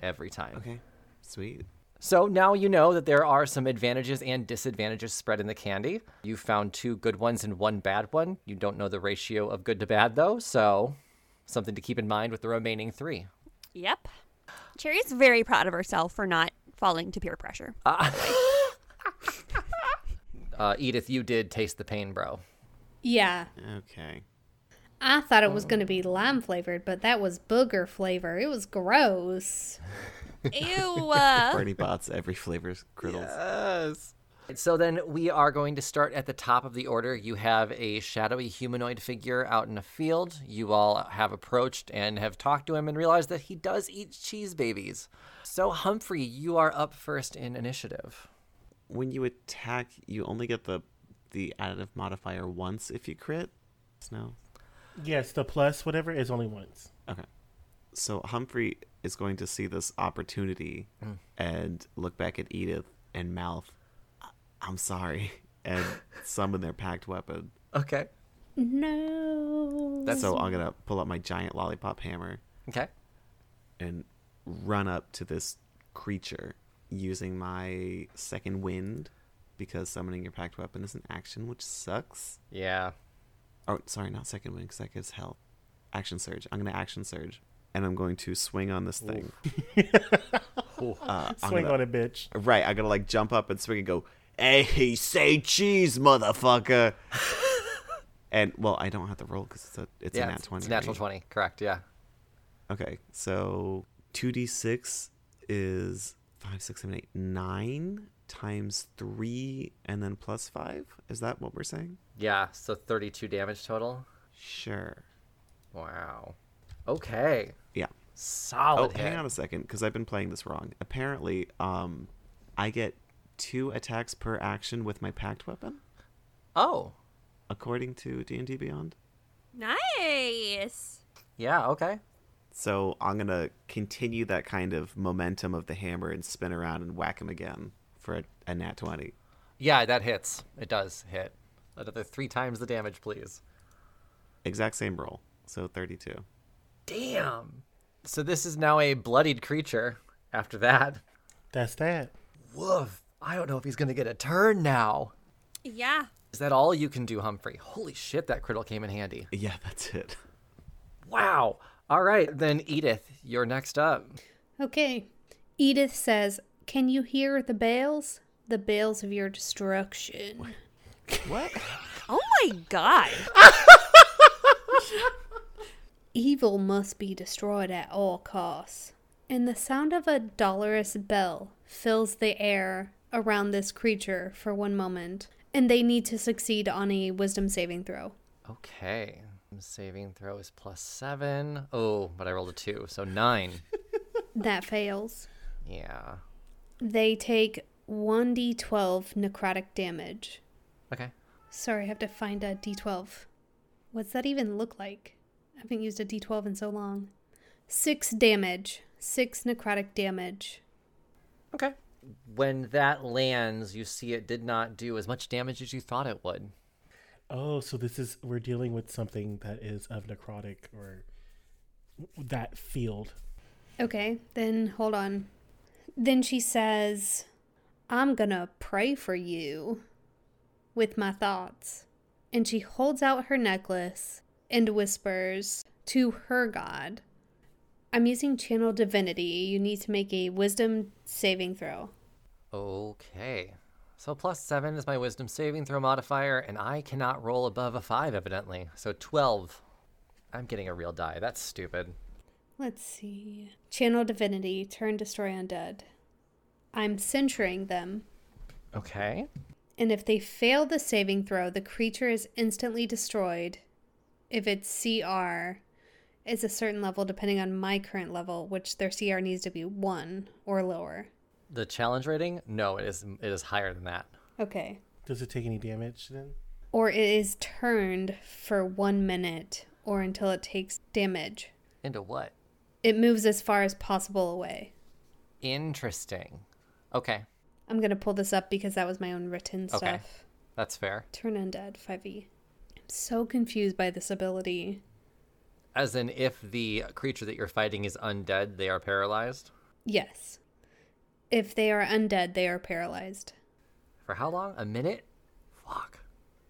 A: every time.
B: Okay. Sweet.
A: So now you know that there are some advantages and disadvantages spread in the candy. You found two good ones and one bad one. You don't know the ratio of good to bad though, so something to keep in mind with the remaining three.
F: Yep. Cherry's very proud of herself for not falling to peer pressure.
A: Uh, Edith, you did taste the pain, bro.
D: Yeah,
B: Okay.
D: I thought it was going to be lime flavored, but that was booger flavor. It was gross.
F: [LAUGHS] Ew. uh,
B: Bernie bots every flavor's griddles.
A: So then we are going to start at the top of the order. You have a shadowy humanoid figure out in a field. You all have approached and have talked to him and realized that he does eat cheese babies. So, Humphrey, you are up first in initiative.
B: When you attack, you only get the the additive modifier once if you crit. Snow.
C: Yes, the plus whatever is only once.
B: Okay. So Humphrey is going to see this opportunity and look back at Edith and mouth, "I- "I'm sorry," [LAUGHS] and summon their packed weapon.
A: Okay.
D: No.
A: That's
B: So I'm gonna pull out my giant lollipop hammer
A: Okay.
B: and run up to this creature using my second wind because summoning your packed weapon is an action, which sucks.
A: Yeah.
B: Oh, sorry, not second wind because that gives health. Action surge. I'm gonna action surge, and I'm going to swing on this thing. Uh, I'm
C: Swing
B: gonna-
C: on it, bitch.
B: Right, I gotta like jump up and swing and go, "Hey, say cheese, motherfucker!" and well, I don't have to roll because it's a it's
A: yeah.
B: a nat
A: it's-
B: twenty.
A: It's natural
B: right?
A: 20. Correct. Yeah.
B: Okay, so two d six is five, six, seven, eight, nine times three and then plus five. Is that what we're saying?
A: Yeah, so 32 damage total.
B: Sure.
A: Wow. Okay.
B: Yeah.
A: Solid
B: Oh,
A: hit.
B: hang on a second, because I've been playing this wrong. Apparently, um, I get two attacks per action with my packed weapon,
A: Oh.
B: according to D and D Beyond.
F: Nice.
A: Yeah, okay.
B: So I'm gonna continue that kind of momentum of the hammer and spin around and whack him again for a, a nat twenty.
A: Yeah, that hits. It does hit. Another three times the damage, please.
B: Exact same roll, so thirty-two.
A: Damn. So this is now a bloodied creature after that.
C: That's that.
A: Woof. I don't know if he's going to get a turn now.
F: Yeah.
A: Is that all you can do, Humphrey? Holy shit, that critical came in handy.
B: Yeah, [LAUGHS] that's it.
A: Wow. All right, then Edith, you're next up.
D: Okay. Edith says, Can you hear the bells? The bells of your destruction.
B: What?
F: Oh my god.
D: Evil must be destroyed at all costs. And the sound of a dolorous bell fills the air around this creature for one moment, and they need to succeed on a wisdom saving throw.
A: Okay. Saving throw is plus seven. Oh, but I rolled a two, so nine.
D: That fails.
A: yeah.
D: They take 1d12 necrotic damage.
A: Okay.
D: Sorry, I have to find a d12. What's that even look like? I haven't used a d12 in so long. Six damage. Six necrotic damage.
A: Okay. When that lands, you see it did not do as much damage as you thought it would.
C: Oh, so this is we're dealing with something that is of necrotic or that field.
D: Okay, then hold on. Then she says, I'm gonna pray for you with my thoughts. And she holds out her necklace and whispers to her god, I'm using channel divinity. You need to make a wisdom saving throw.
A: Okay. So plus seven is my wisdom saving throw modifier, and I cannot roll above a five, evidently. So 12. I'm getting a real die. That's stupid.
D: Let's see. Channel divinity, turn destroy undead. I'm censuring them,
A: Okay.
D: and if they fail the saving throw, the creature is instantly destroyed. If its CR is a certain level, depending on my current level, which their CR needs to be one or lower.
A: The challenge rating? No, it is it is higher than that.
D: Okay.
C: Does it take any damage then?
D: Or it is turned for one minute or until it takes damage.
A: Into what?
D: It moves as far as possible away.
A: Interesting. Okay.
D: I'm going to pull this up because that was my own written stuff.
A: Okay. That's fair.
D: Turn undead, 5e. I'm so confused by this ability.
A: As in if the creature that you're fighting is undead, they are paralyzed.
D: Yes. If they are undead, they are paralyzed.
A: For how long? A minute? Fuck.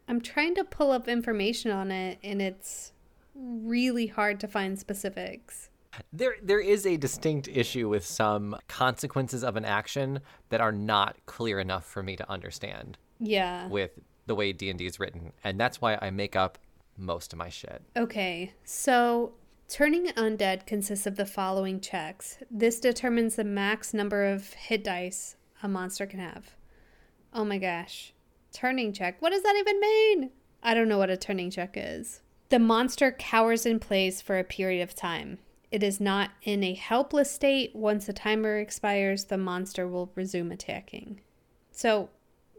D: I'm trying to pull up information on it, and it's really hard to find specifics.
A: There, there is a distinct issue with some consequences of an action that are not clear enough for me to understand
D: Yeah.
A: with the way D and D is written, and that's why I make up most of my shit.
D: Okay, so turning undead consists of the following checks. This determines the max number of hit dice a monster can have. Oh my gosh. Turning check. What does that even mean? I don't know what a turning check is. The monster cowers in place for a period of time. It is not in a helpless state. Once the timer expires, the monster will resume attacking. So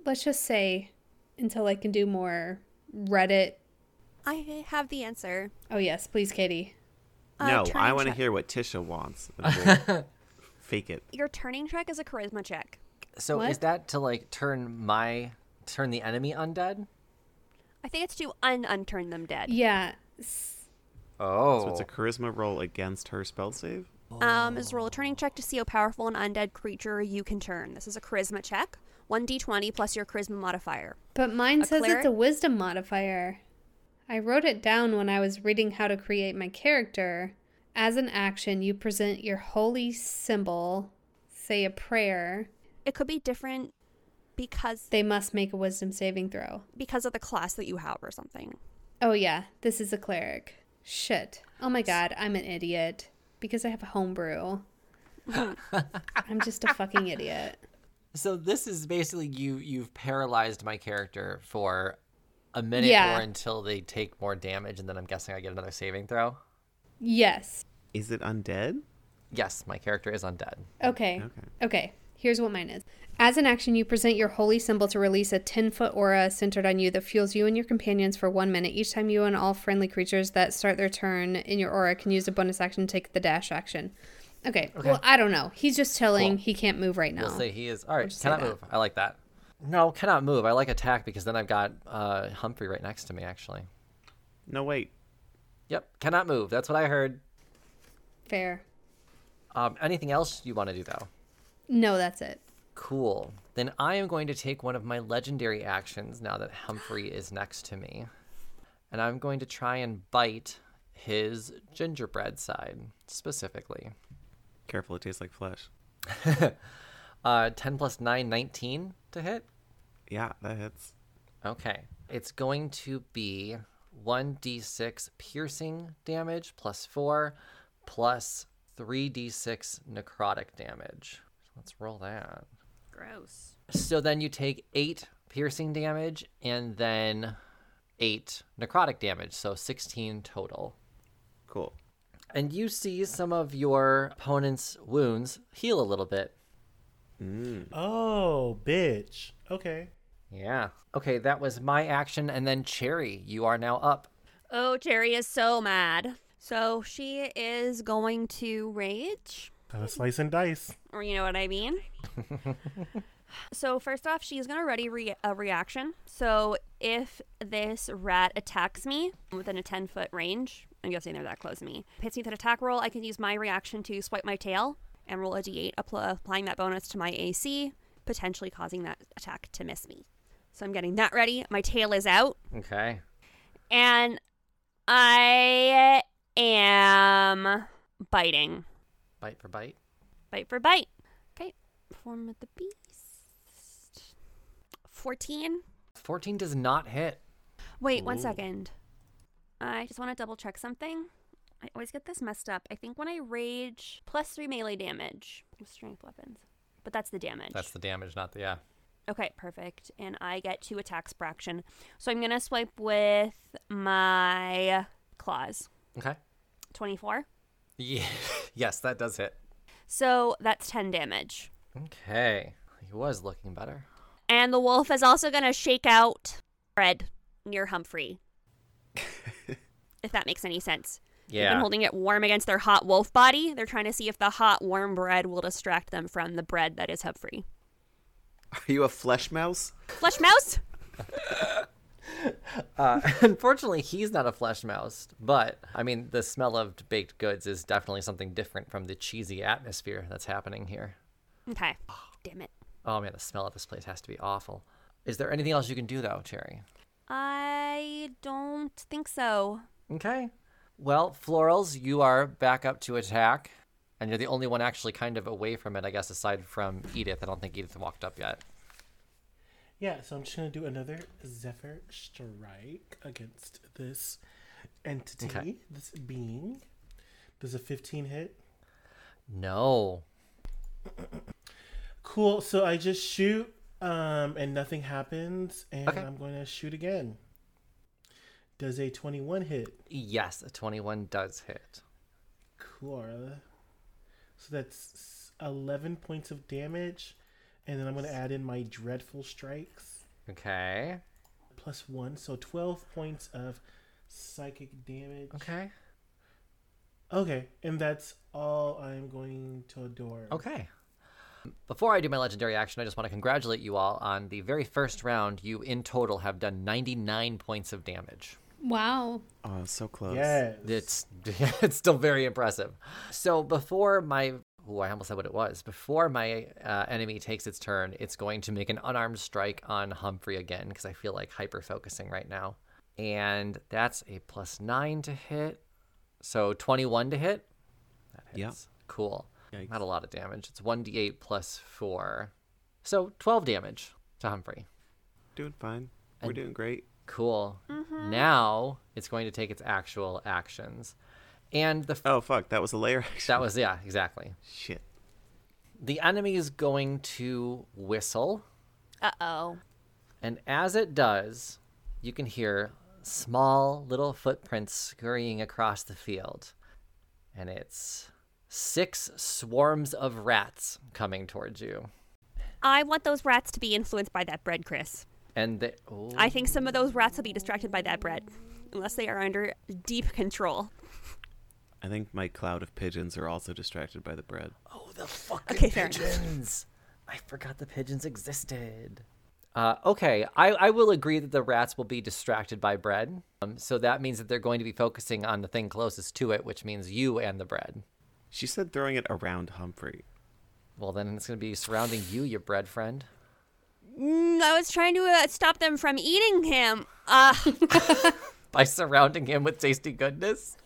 D: let's just say until I can do more Reddit.
F: I have the answer.
D: Oh, yes, please, Katie.
F: Uh,
B: no,
F: turning
B: I want to
F: check.
B: hear what Tisha wants. and we'll fake it.
F: Your turning check is a charisma check.
A: So is
D: What?
A: that to like turn my turn the enemy undead?
F: I think it's to un unturn them dead.
D: Yeah. s-
A: Oh,
B: So it's a charisma roll against her spell save.
F: Um, is roll a turning check to see how powerful an undead creature you can turn. This is a charisma check. 1d20 plus your charisma modifier.
D: But mine
F: A
D: says
F: cleric?
D: it's a wisdom modifier. I wrote it down when I was reading how to create my character. As an action, you present your holy symbol, say a prayer.
F: It could be different because
D: They must make a wisdom saving throw.
F: because of the class that you have or [GASPS] something.
D: Oh, yeah, this is a cleric. Shit. Oh my god, I'm an
F: Mm-hmm. [LAUGHS]
D: idiot. Because I have a homebrew. I'm just a fucking idiot.
A: So this is basically you you've paralyzed my character for a minute
D: Yeah.
A: or until they take more damage and then I'm guessing I get another saving throw.
D: Yes.
B: Is it undead?
A: Yes, my character is undead.
D: Okay.
B: Okay.
D: Okay. Here's what mine is. As an action, you present your holy symbol to release a 10 foot aura centered on you that fuels you and your companions for one minute. Each time you and all friendly creatures that start their turn in your aura can use a bonus action to take the dash action. Okay. Well, I don't know. He's just
A: Cool.
D: telling he can't move right now.
A: We'll say he is all right.
D: just say
A: Cannot
D: that.
A: move. I like that. No, cannot move. I like attack because then I've got uh, Humphrey right next to me actually.
B: No, wait.
A: Yep, cannot move. That's what I heard.
D: Fair.
A: Um, anything else you want to do though?
D: No, that's it.
A: Cool. Then I am going to take one of my legendary actions now that Humphrey is next to me. And I'm going to try and bite his gingerbread side specifically.
B: Careful, it tastes like flesh.
A: Uh, 10 plus 9, 19 to hit.
B: Yeah, that hits.
A: Okay. It's going to be 1d6 piercing damage plus 4 plus 3d6 necrotic damage. Let's roll that.
F: Gross.
A: So then you take eight piercing damage and then eight necrotic damage, so 16 total.
B: Cool. [LAUGHS]
A: And you see some of your opponent's wounds heal a little bit.
C: Oh, bitch. Okay.
A: Yeah. Okay, that was my action. And then Cherry, you are now up.
F: Oh, Jerry is so mad. So she is going to rage.
C: Gotta slice and dice.
F: Or you know what I mean? so first off, she's gonna ready re- a reaction. So if this rat attacks me within a ten foot range, I'm guessing they're that close to me, hits me with an attack roll, I can use my reaction to swipe my tail and roll a d8, appl- applying that bonus to my AC, potentially causing that attack to miss me. So I'm getting that ready. My tail is out,
A: Okay.
F: and I am biting
A: Bite for bite.
F: bite for bite. Okay, form of the beast. 14.
A: 14 does not hit.
F: Wait, one second. I just want to double check something. I always get this messed up. I think when I rage, plus three melee damage with strength weapons, but that's the damage.
A: That's the damage, not the. Yeah.
F: Okay, perfect. And I get two attacks per action. So I'm going to swipe with my claws.
A: Okay.
F: 24.
A: Yeah. [LAUGHS] yes, that does hit.
F: So that's 10 damage.
A: Okay. He was looking better.
F: And the wolf is also going to shake out bread near Humphrey. if that makes any sense. They've been
A: Yeah. [LAUGHS]
F: holding it warm against their hot wolf body. They're trying to see if the hot, warm bread will distract them from the bread that is Humphrey.
B: Are you a flesh mouse?
F: Flesh mouse?
A: Unfortunately, he's not a flesh mouse, but I mean, the smell of baked goods is definitely something different from the cheesy atmosphere that's happening here.
F: Okay. Damn it.
A: Oh man, the smell of this place has to be awful. Is there anything else you can do though, Cherry?
F: I don't think so.
A: Okay. Well, Florals, you are back up to attack, and you're the only one actually kind of away from it, I guess, aside from Edith. I don't think Edith walked up yet.
C: Yeah, so I'm just gonna do another Zephyr Strike against this entity,
A: Okay.
C: this being. Does a 15 hit?
A: No.
C: Cool. So I just shoot, um, and nothing happens, and
A: Okay.
C: I'm going to shoot again. Does a 21 hit?
A: Yes, a 21 does hit.
C: Cool. So that's 11 points of damage, and then I'm going to add in my dreadful strikes
A: Okay.
C: plus one, so 12 points of psychic damage.
A: Okay.
C: Okay, and that's all I'm going to adore.
A: Okay. Before I do my legendary action, I just want to congratulate you all on the very first round. You in total have done 99 points of damage.
D: Wow.
B: Oh, so close.
C: Yes.
A: It's [LAUGHS] it's still very impressive. So before my oh, I almost said what it was. Before my uh, enemy takes its turn, it's going to make an unarmed strike on Humphrey again because I feel like hyper focusing right now, and that's a plus nine to hit, so 21 to hit. That
B: Yeah.
A: hits. Cool.
B: Yikes.
A: Not a lot of damage. It's 1d8 plus 4. So 12 damage to Humphrey.
B: Doing fine. We're
A: And-
B: doing great.
A: Cool. Now it's going to take its actual actions. And the
B: Oh, fuck. That was a layer [LAUGHS] action.
A: That was yeah, exactly.
B: Shit.
A: The enemy is going to whistle,
F: Uh oh.
A: and as it does, you can hear small little footprints scurrying across the field. And it's six swarms of rats coming towards you.
F: I want those rats to be influenced by that bread, Chris.
A: And they, oh,
F: I think some of those rats will be distracted by that bread, unless they are under deep control.
B: I think my cloud of pigeons are also distracted by the bread.
A: oh, the fucking
F: Okay, fair enough.
A: pigeons! I forgot the pigeons existed. Uh, okay, I, I will agree that the rats will be distracted by bread. Um, so that means that they're going to be focusing on the thing closest to it, which means you and the bread.
B: She said throwing it around Humphrey.
A: Well, then it's going to be surrounding you, your bread friend. [LAUGHS]
F: Mm, I was trying to uh, stop them from eating him. Uh,
A: by surrounding him with tasty goodness.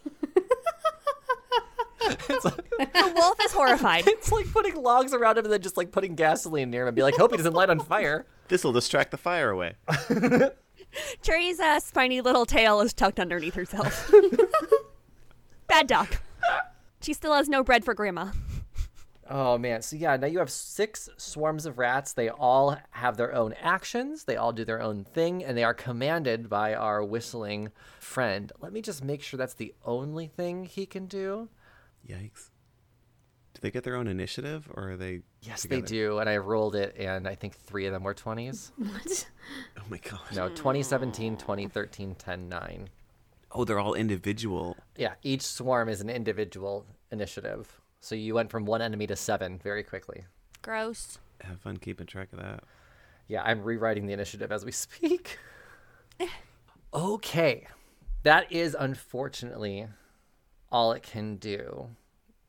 A: it's, like,
F: the wolf is [LAUGHS] horrified.
A: it's like putting logs around him and then just like putting gasoline near him and be like, hope he doesn't light on fire.
B: This will distract the fire away.
F: Cherry's uh, spiny little tail is tucked underneath [LAUGHS] herself. Bad dog. She still has no bread for grandma.
A: Oh man. So yeah, now you have six swarms of rats. They all have their own actions, they all do their own thing, and they are commanded by our whistling friend. Let me just make sure that's the only thing he can do.
B: Yikes. Do they get their own initiative or are they
A: Yes, they
B: together?
A: do. And I rolled it, and I think three of them were 20s.
D: What?
B: Oh my god.
A: No, 2017, 2013, 10, 9.
B: Oh, they're all individual.
A: Yeah, each swarm is an individual initiative. So you went from one enemy to seven very quickly.
F: Gross.
B: Have fun keeping track of that.
A: Yeah, I'm rewriting the initiative as we speak. [LAUGHS] okay. That is unfortunately all it can do.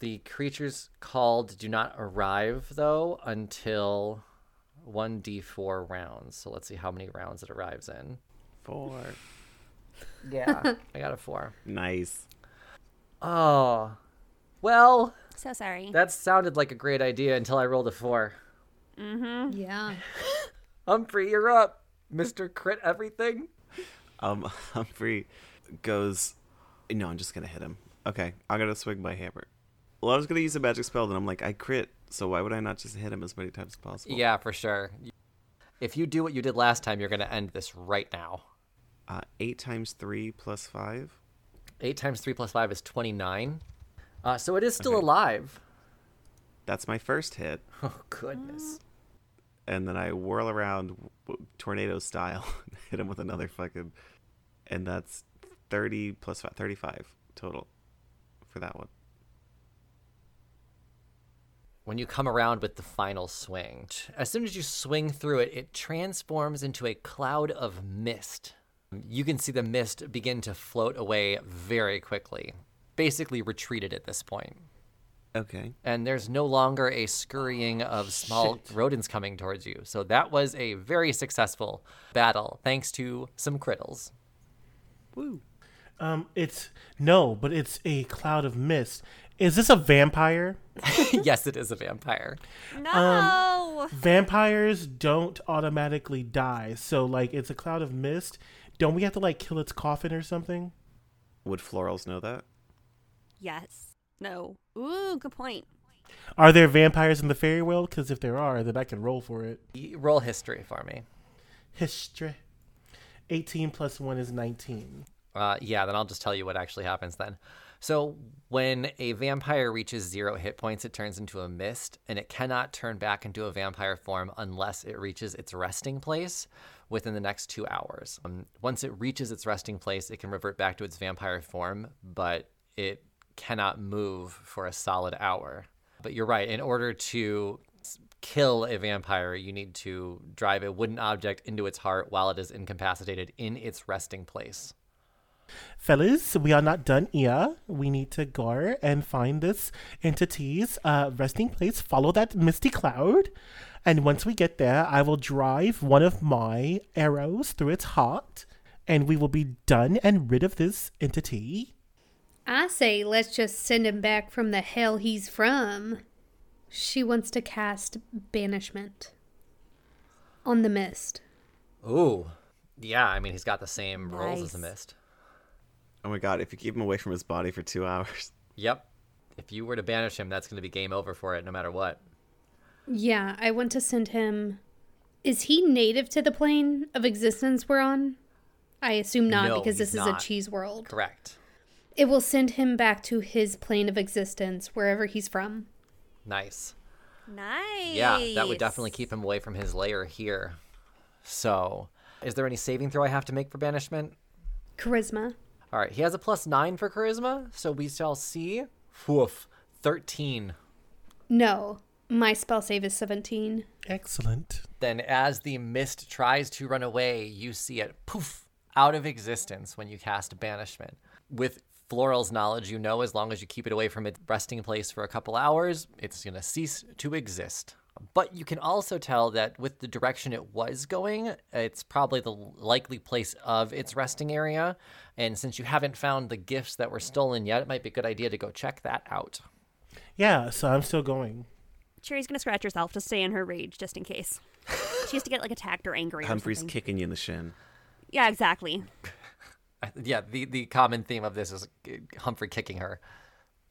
A: The creatures called do not arrive though until 1d4 rounds. So let's see how many rounds it arrives in.
B: Four.
A: Yeah. I got a 4.
B: Nice.
A: Oh. Well,
F: So sorry.
A: that sounded like a great idea until I rolled a 4.
D: Yeah.
A: Humphrey, you're up. Mr. Crit Everything.
B: Um, [LAUGHS] Humphrey goes. No, I'm just gonna hit him. Okay, I'm gonna swing my hammer. Well, I was gonna use a magic spell, then I'm like, I crit, so why would I not just hit him as many times as possible?
A: Yeah, for sure. If you do what you did last time, you're going to end this right now.
B: Uh, eight times three plus five.
A: 8 times 3 plus 5 is 29. Uh, so it is still alive. [LAUGHS]
B: That's my first hit,
A: Oh, goodness.
B: and then I whirl around w- tornado style, [LAUGHS] and hit him with another fucking, and that's thirty plus five, thirty-five total for that one.
A: When you come around with the final swing, as soon as you swing through it, it transforms into a cloud of mist. You can see the mist begin to float away very quickly, basically retreated at this point.
B: Okay.
A: and there's no longer a scurrying of small rodents coming towards you. So that was a very successful battle, thanks to some crittles.
B: Woo.
C: Um, it's no, but it's a cloud of mist. Is this a vampire?
A: [LAUGHS] yes, it is a vampire. um,
F: No.
C: Vampires don't automatically die, so like it's a cloud of mist. Don't we have to like kill its coffin or something?
B: Would florals know that?
F: yes. No. Ooh, good point.
C: Are there vampires in the fairy world? Because if there are, then I can roll for it.
A: Y- Roll history for me.
C: History. 18 plus 1 is 19.
A: Uh, yeah, then I'll just tell you what actually happens then. So, when a vampire reaches zero hit points, it turns into a mist and it cannot turn back into a vampire form unless it reaches its resting place within the next two hours. Um, once it reaches its resting place, it can revert back to its vampire form, but it cannot move for a solid hour. But you're right, in order to s- kill a vampire, you need to drive a wooden object into its heart while it is incapacitated in its resting place.
C: Fellas, we are not done here. We need to go and find this entity's uh, resting place, follow that misty cloud. And once we get there, I will drive one of my arrows through its heart, and we will be done and rid of this entity.
D: I say let's just send him back from the hell he's from. She wants to cast banishment on the mist.
A: Ooh. Yeah, I mean, he's got the same rolls as the
F: Nice.
A: mist.
B: Oh my god! If you keep him away from his body for two [LAUGHS] hours.
A: Yep. If you were to banish him, that's going to be game over for it no matter what.
D: Yeah, I want to send him. Is he native to the plane of existence we're on? I assume not
A: No,
D: because
A: he's
D: this is
A: not.
D: a cheese world.
A: Correct.
D: It will send him back to his plane of existence, wherever he's from.
A: Nice.
F: Nice.
A: Yeah, that would definitely keep him away from his lair here. So, is there any saving throw I have to make for banishment?
D: Charisma.
A: All right, he has a plus nine for charisma, so we shall see. Woof, thirteen.
D: No, my spell save is 17.
C: Excellent.
A: Then, as the mist tries to run away, you see it poof out of existence when you cast banishment. With Floral's knowledge, you know as long as you keep it away from its resting place for a couple hours, it's going to cease to exist. But you can also tell that with the direction it was going, it's probably the likely place of its resting area. And since you haven't found the gifts that were stolen yet, it might be a good idea to go check that out.
C: Yeah, so I'm still going.
F: Cherry's gonna scratch herself to stay in her rage just
A: [LAUGHS]
F: in case. she has to get like attacked or angry.
B: Humphrey's
F: or something.
B: kicking you in the shin.
F: Yeah, exactly.
A: Yeah, the, the common theme of this is Humphrey kicking her,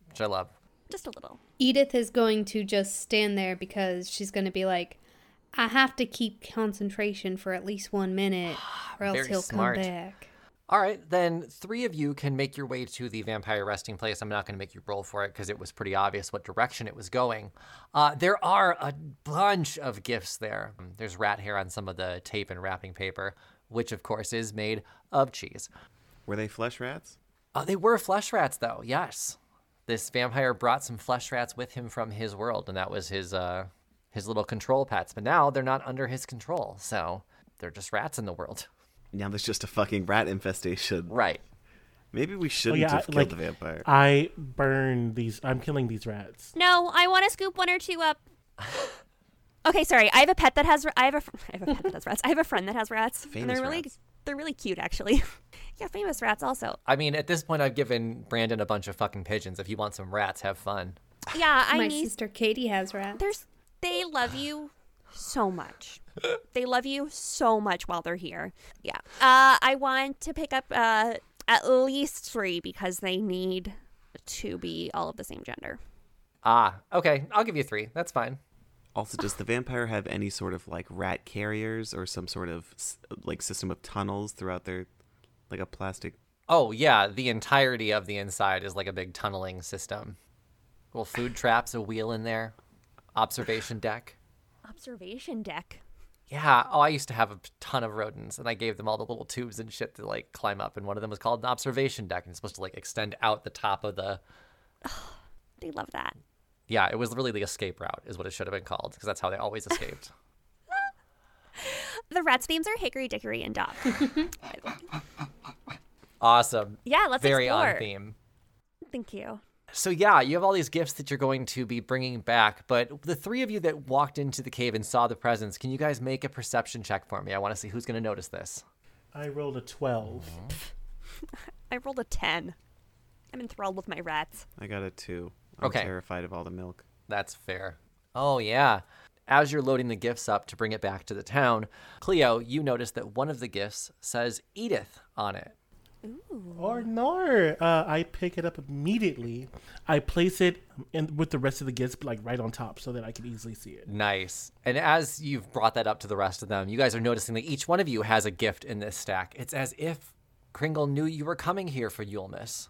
A: which I love.
F: Just a little.
D: Edith is going to just stand there because she's going to be like, I have to keep concentration for at least
A: [SIGHS]
D: one minute, or else
A: Very
D: he'll
A: smart.
D: come back.
A: All right, then three of you can make your way to the vampire resting place. I'm not going to make you roll for it because it was pretty obvious what direction it was going. Uh, there are a bunch of gifts there. Um, There's rat hair on some of the tape and wrapping paper, which of course is made of cheese.
B: Were they flesh rats?
A: Uh, they were flesh rats, though. Yes, this vampire brought some flesh rats with him from his world, and that was his uh, his little control pets. But now they're not under his control, so they're just rats in the world.
B: Now there's just a fucking rat infestation.
A: Right.
B: Maybe we
C: Oh,
B: shouldn't
C: yeah, I-
B: have killed
C: like
B: the vampire.
C: I burn these. I'm killing these rats.
F: No, I want to scoop one or two up. [LAUGHS] okay, sorry. I have a pet that has. I have a. fr- [LAUGHS] I have a pet that has rats. I have a friend that has rats, and
B: Famous
F: they're really.
B: rats.
F: They're really cute, actually. [LAUGHS] yeah, famous rats also.
A: I mean, at this point, I've given Brandon a bunch of fucking pigeons. If you want some rats, have fun.
F: [LAUGHS] Yeah, I
D: my
F: need.
D: sister Katie has rats.
F: There's. They love you so
B: [LAUGHS]
F: much. they love you so much while they're here. Yeah. Uh, I want to pick up uh, at least three because they need to be all of the same gender.
A: Ah, okay. I'll give you three. That's fine.
B: Also, does the vampire have any sort of like rat carriers or some sort of s- like system of tunnels throughout their like a plastic?
A: Oh, yeah. The entirety of the inside is like a big tunneling system. Little food traps, a wheel in there, observation deck.
F: Observation deck.
A: Yeah. Oh, I used to have a ton of rodents, and I gave them all the little tubes and shit to like climb up. And one of them was called an observation deck, and it's supposed to like extend out the top of the.
F: They love that.
A: Yeah, it was really the escape route, is what it should have been called, because that's how they always escaped.
F: The rats' themes are Hickory, Dickory,
B: [LAUGHS]
F: and Dock.
A: awesome.
F: Yeah, let's
A: Very
F: explore.
A: on theme.
F: Thank you.
A: So yeah, you have all these gifts that you're going to be bringing back, but the three of you that walked into the cave and saw the presents, can you guys make a perception check for me? I want to see who's going to notice this.
C: I rolled a 12.
F: I rolled a 10. I'm enthralled with my rats.
B: I got a two. I'm
A: Okay.
B: terrified of all the milk.
A: That's fair. Oh yeah. As you're loading the gifts up to bring it back to the town, Cleo, you notice that one of the gifts says Edith on it.
C: Or no, uh, I pick it up immediately. I place it in with the rest of the gifts, like right on top, so that I can easily see it.
A: Nice. And as you've brought that up to the rest of them, you guys are noticing that each one of you has a gift in this stack. It's as if Kringle knew you were coming here for Yulmus.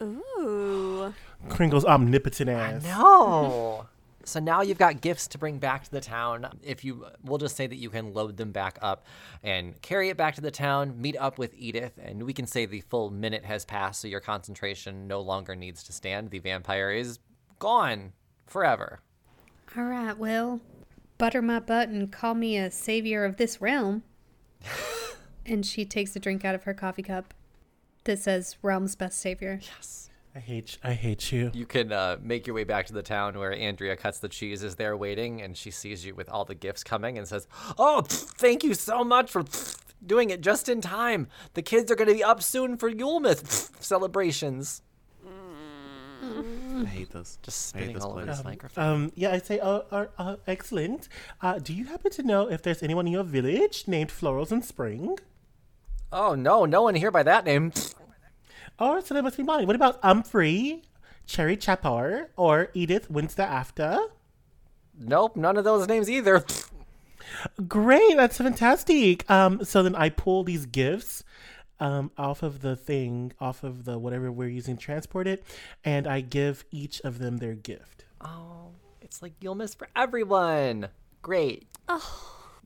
F: Ooh.
C: Kringle's omnipotent ass.
A: No. [LAUGHS] so now you've got gifts to bring back to the town. If you, we'll just say that you can load them back up and carry it back to the town, meet up with Edith, and we can say the full minute has passed, so your concentration no longer needs to stand. The vampire is gone forever.
D: All right, well, butter my butt and call me a savior of this realm. and she takes a drink out of her coffee cup that says realm's best savior.
C: I hate. I hate you.
A: You can uh, make your way back to the town where Andrea cuts the cheese is there waiting, and she sees you with all the gifts coming and says, "Oh, pff, thank you so much for pff, doing it just in time. The kids are going to be up soon for Yulmuth pff, celebrations."
B: I hate those.
A: Just
B: I hate
A: spinning
B: those
A: all over
B: plates.
A: this microphone.
C: Um. Yeah. I say. Oh. Uh, uh, excellent. Uh, do you happen to know if there's anyone in your village named Florals and Spring?
A: Oh no, no one here by that name.
C: Oh, so that must be mine. What about Humphrey, Cherry Chapar, or Edith Winster After?
A: Nope, none of those names either.
C: Great, that's fantastic. Um, so then I pull these gifts um, off of the thing, off of the whatever we're using to transport it, and I give each of them their gift.
A: Oh, it's like you'll miss for everyone. Great.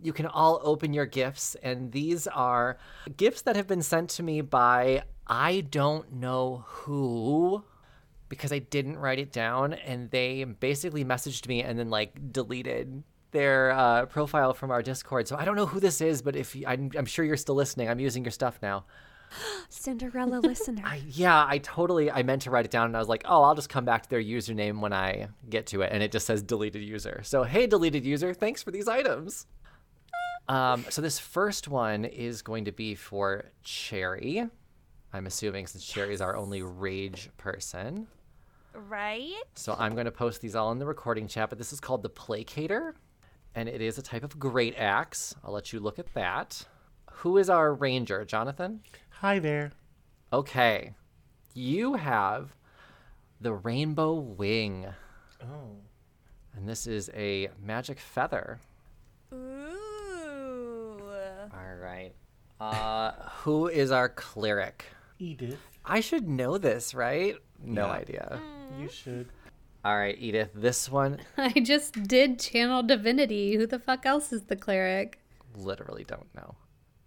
A: You can all open your gifts, and these are gifts that have been sent to me by I don't know who because I didn't write it down, and they basically messaged me and then like deleted their uh, profile from our Discord. So I don't know who this is, but if you, I'm, I'm sure you're still listening, I'm using your stuff now.
F: [GASPS] Cinderella listener.
A: I, yeah, I totally I meant to write it down and I was like, "Oh, I'll just come back to their username when I get to it." And it just says deleted user. So, hey deleted user, thanks for these items. Um, so this first one is going to be for Cherry. I'm assuming since Cherry is our only rage person.
F: Right?
A: So I'm going to post these all in the recording chat, but this is called the placator, and it is a type of great axe. I'll let you look at that. Who is our ranger, Jonathan?
C: Hi there.
A: Okay. You have the rainbow wing.
C: Oh.
A: And this is a magic feather.
F: Ooh.
A: All right. Uh, [LAUGHS] who is our cleric?
C: Edith,
A: I should know this, right? No idea.
C: you should.
A: All right, Edith, this one
D: [LAUGHS] I just did channel divinity. Who the fuck else is the cleric?
A: literally don't know.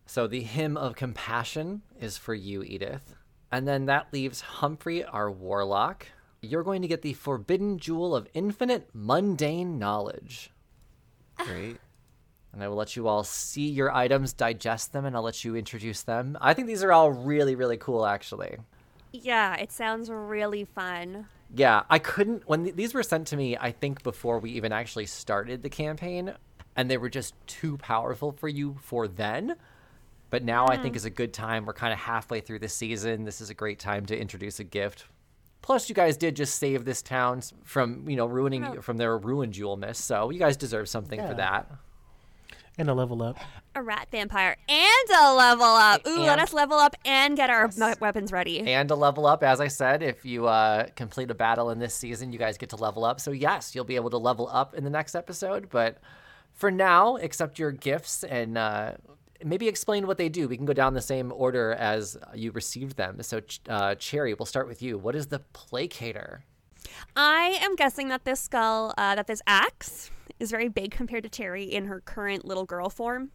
A: So the hymn of compassion is for you, Edith. And then that leaves Humphrey, our warlock. You're going to get the forbidden jewel of infinite mundane knowledge.
B: Great.
A: and I will let you all see your items, digest them, and I'll let you introduce them. I think these are all really, really cool, actually.
F: Yeah, it sounds really fun.
A: Yeah, I couldn't. When th- these were sent to me, I think before we even actually started the campaign, and they were just too powerful for you for then. But now I think is a good time. We're kind of halfway through the season. This is a great time to introduce a gift. Plus, you guys did just save this town s- from you know ruining from their ruined jewel miss, so you guys deserve something for that.
C: And a level up.
F: A rat vampire and a level up. Ooh, let
A: And-
F: us level up and get our mu- weapons ready.
A: and to level up as i said if you uh, complete a battle in this season you guys get to level up so yes you'll be able to level up in the next episode but for now accept your gifts and uh, maybe explain what they do we can go down the same order as you received them so Ch- uh, cherry we'll start with you what is the placator
F: I am guessing that this skull, uh, that this axe, is very big compared to Cherry in her current little girl form,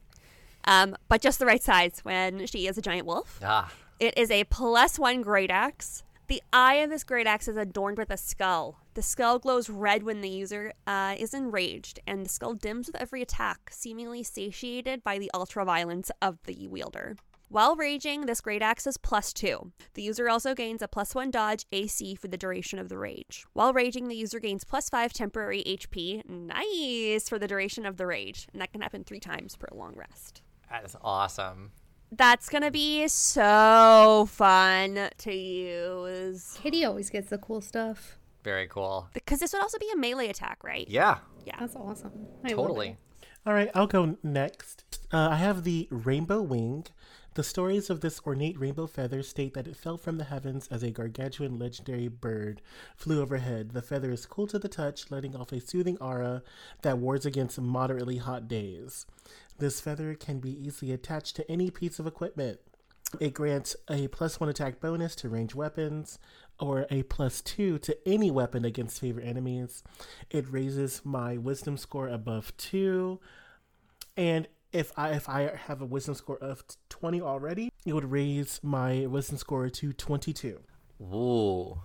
F: um, but just the right size when she is a giant wolf.
A: ah
F: It is a plus one great axe. The eye of this great axe is adorned with a skull. The skull glows red when the user uh, is enraged, and the skull dims with every attack, seemingly satiated by the ultra violence of the wielder. While raging, this great axe is plus two. The user also gains a plus one dodge AC for the duration of the rage. While raging, the user gains plus five temporary HP. Nice for the duration of the rage, and that can happen three times per long rest.
A: that is awesome
F: That's gonna be so fun to use.
D: Kitty always gets the cool stuff.
A: very cool
F: Because this would also be a melee attack, right?
A: yeah
D: That's awesome. I love
A: totally
D: it.
C: All right, I'll go next. Uh, I have the rainbow wing. The stories of this ornate rainbow feather state that it fell from the heavens as a gargantuan legendary bird flew overhead. The feather is cool to the touch, letting off a soothing aura that wards against moderately hot days. This feather can be easily attached to any piece of equipment. It grants a plus one attack bonus to range weapons or a plus two to any weapon against favorite enemies. It raises my wisdom score above two. And if I if I have a wisdom score of twenty already, it would raise my wisdom score to twenty two.
A: ooh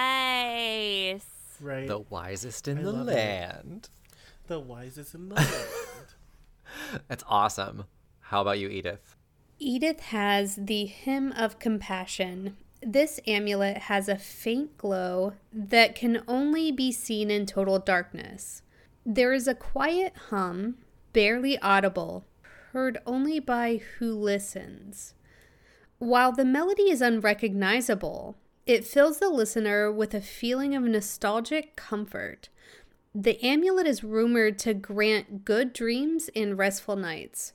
F: Nice.
C: Right.
A: the
C: The,
A: wisest in the
C: love it.
A: land
C: wisest in the land.
A: [LAUGHS] that's awesome how about you edith
D: Edith has the Hymn of Compassion. This amulet has a faint glow that can only be seen in total darkness. There is a quiet hum, barely audible, heard only by who listens. While the melody is unrecognizable, it fills the listener with a feeling of nostalgic comfort. The amulet is rumored to grant good dreams and restful nights.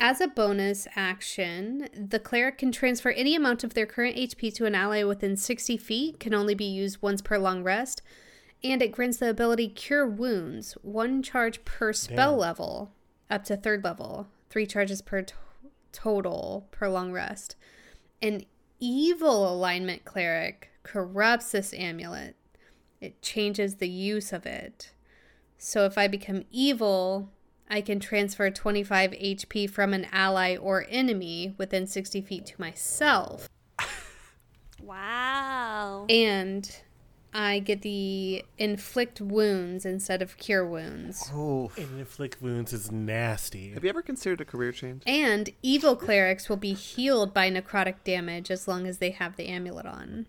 D: As a bonus action, the cleric can transfer any amount of their current HP to an ally within 60 feet, can only be used once per long rest, and it grants the ability Cure Wounds, one charge per spell
C: Damn.
D: level, up to third level, three charges per t- total per long rest. An evil alignment cleric corrupts this amulet. It changes the use of it. So if I become evil, I can transfer 25 HP from an ally or enemy within 60 feet to myself.
F: Wow.
D: And I get the inflict wounds instead of cure wounds.
A: Oh,
C: And inflict wounds is nasty.
B: Have you ever considered a career change?
D: And evil clerics will be healed by necrotic damage as long as they have the amulet on.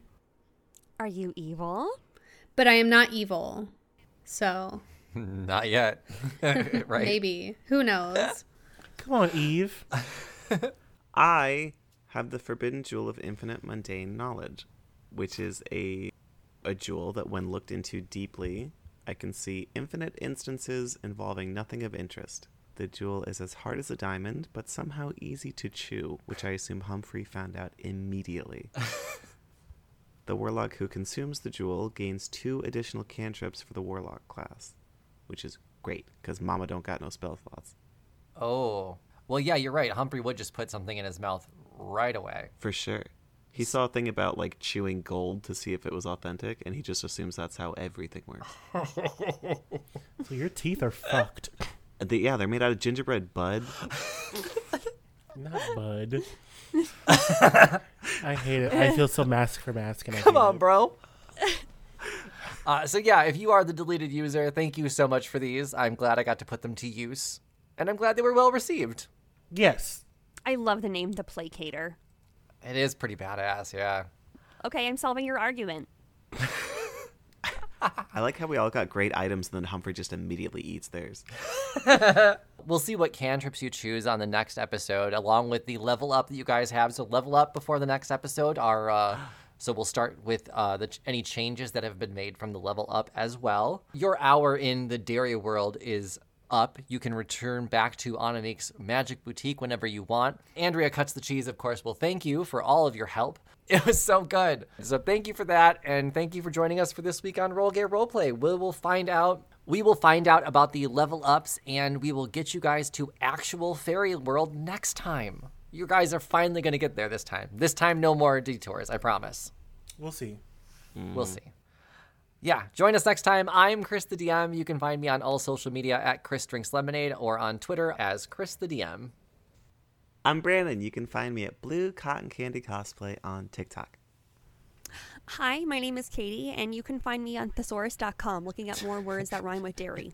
F: Are you evil?
D: But I am not evil. So
A: [LAUGHS] not yet. right.
D: maybe. Who knows?
C: Come on, Eve.
B: I have the forbidden jewel of infinite mundane knowledge, which is a a jewel that when looked into deeply, I can see infinite instances involving nothing of interest. The jewel is as hard as a diamond, but somehow easy to chew, which I assume Humphrey found out immediately. the warlock who consumes the jewel gains two additional cantrips for the warlock class, which is great because Mama don't got no spell slots.
A: Oh. Well, yeah, you're right. Humphrey would just put something in his mouth right away.
B: For sure. He saw a thing about like chewing gold to see if it was authentic, and he just assumes that's how everything works.
C: So your teeth are fucked.
B: They- yeah, they're made out of gingerbread bud.
C: Not
A: [LAUGHS]
C: bud. I hate it. I feel so mask for mask. And I
A: Come
C: hate
A: on,
C: it.
A: bro. [LAUGHS] uh, so yeah, if you are the deleted user, thank you so much for these. I'm glad I got to put them to use, and I'm glad they were well received.
C: Yes.
F: I love the name The Placator.
A: It is pretty badass, yeah.
F: Okay, I'm solving your argument.
B: I like how we all got great items, and then Humphrey just immediately eats theirs.
A: We'll see what cantrips you choose on the next episode, along with the level up that you guys have. So level up before the next episode are. Uh, so we'll start with uh, the ch- any changes that have been made from the level up as well. Your hour in the dairy world is up. You can return back to Anamik's Magic Boutique whenever you want. Andrea cuts the cheese, of course. Well, thank you for all of your help. [LAUGHS] It was so good. So thank you for that, and thank you for joining us for this week on Roll Gay Roleplay. We will find out we will find out about the level ups and we will get you guys to actual fairy world next time. You guys are finally going to get there this time. This time, no more detours, I promise.
C: We'll see.
A: We'll see. Yeah, join us next time. I'm Chris the DM. You can find me on all social media at Chris Drinks Lemonade or on Twitter as Chris the DM.
B: I'm Brandon. You can find me at Blue Cotton Candy Cosplay on TikTok.
F: Hi, my name is Katie, and you can find me on thesaurus.com looking up more words that rhyme with dairy.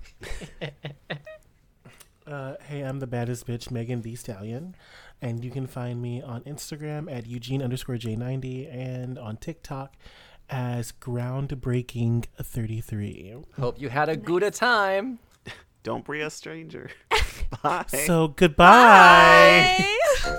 C: Uh, hey, I'm the baddest bitch, Megan the Stallion, and you can find me on Instagram at Eugene underscore J90 and on TikTok as groundbreaking33.
A: Hope you had a good time.
B: Don't be a stranger. [LAUGHS] Bye.
C: So goodbye.
F: [LAUGHS]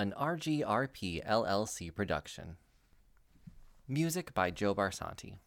A: An RGRP LLC production. Music by Joe Barsanti.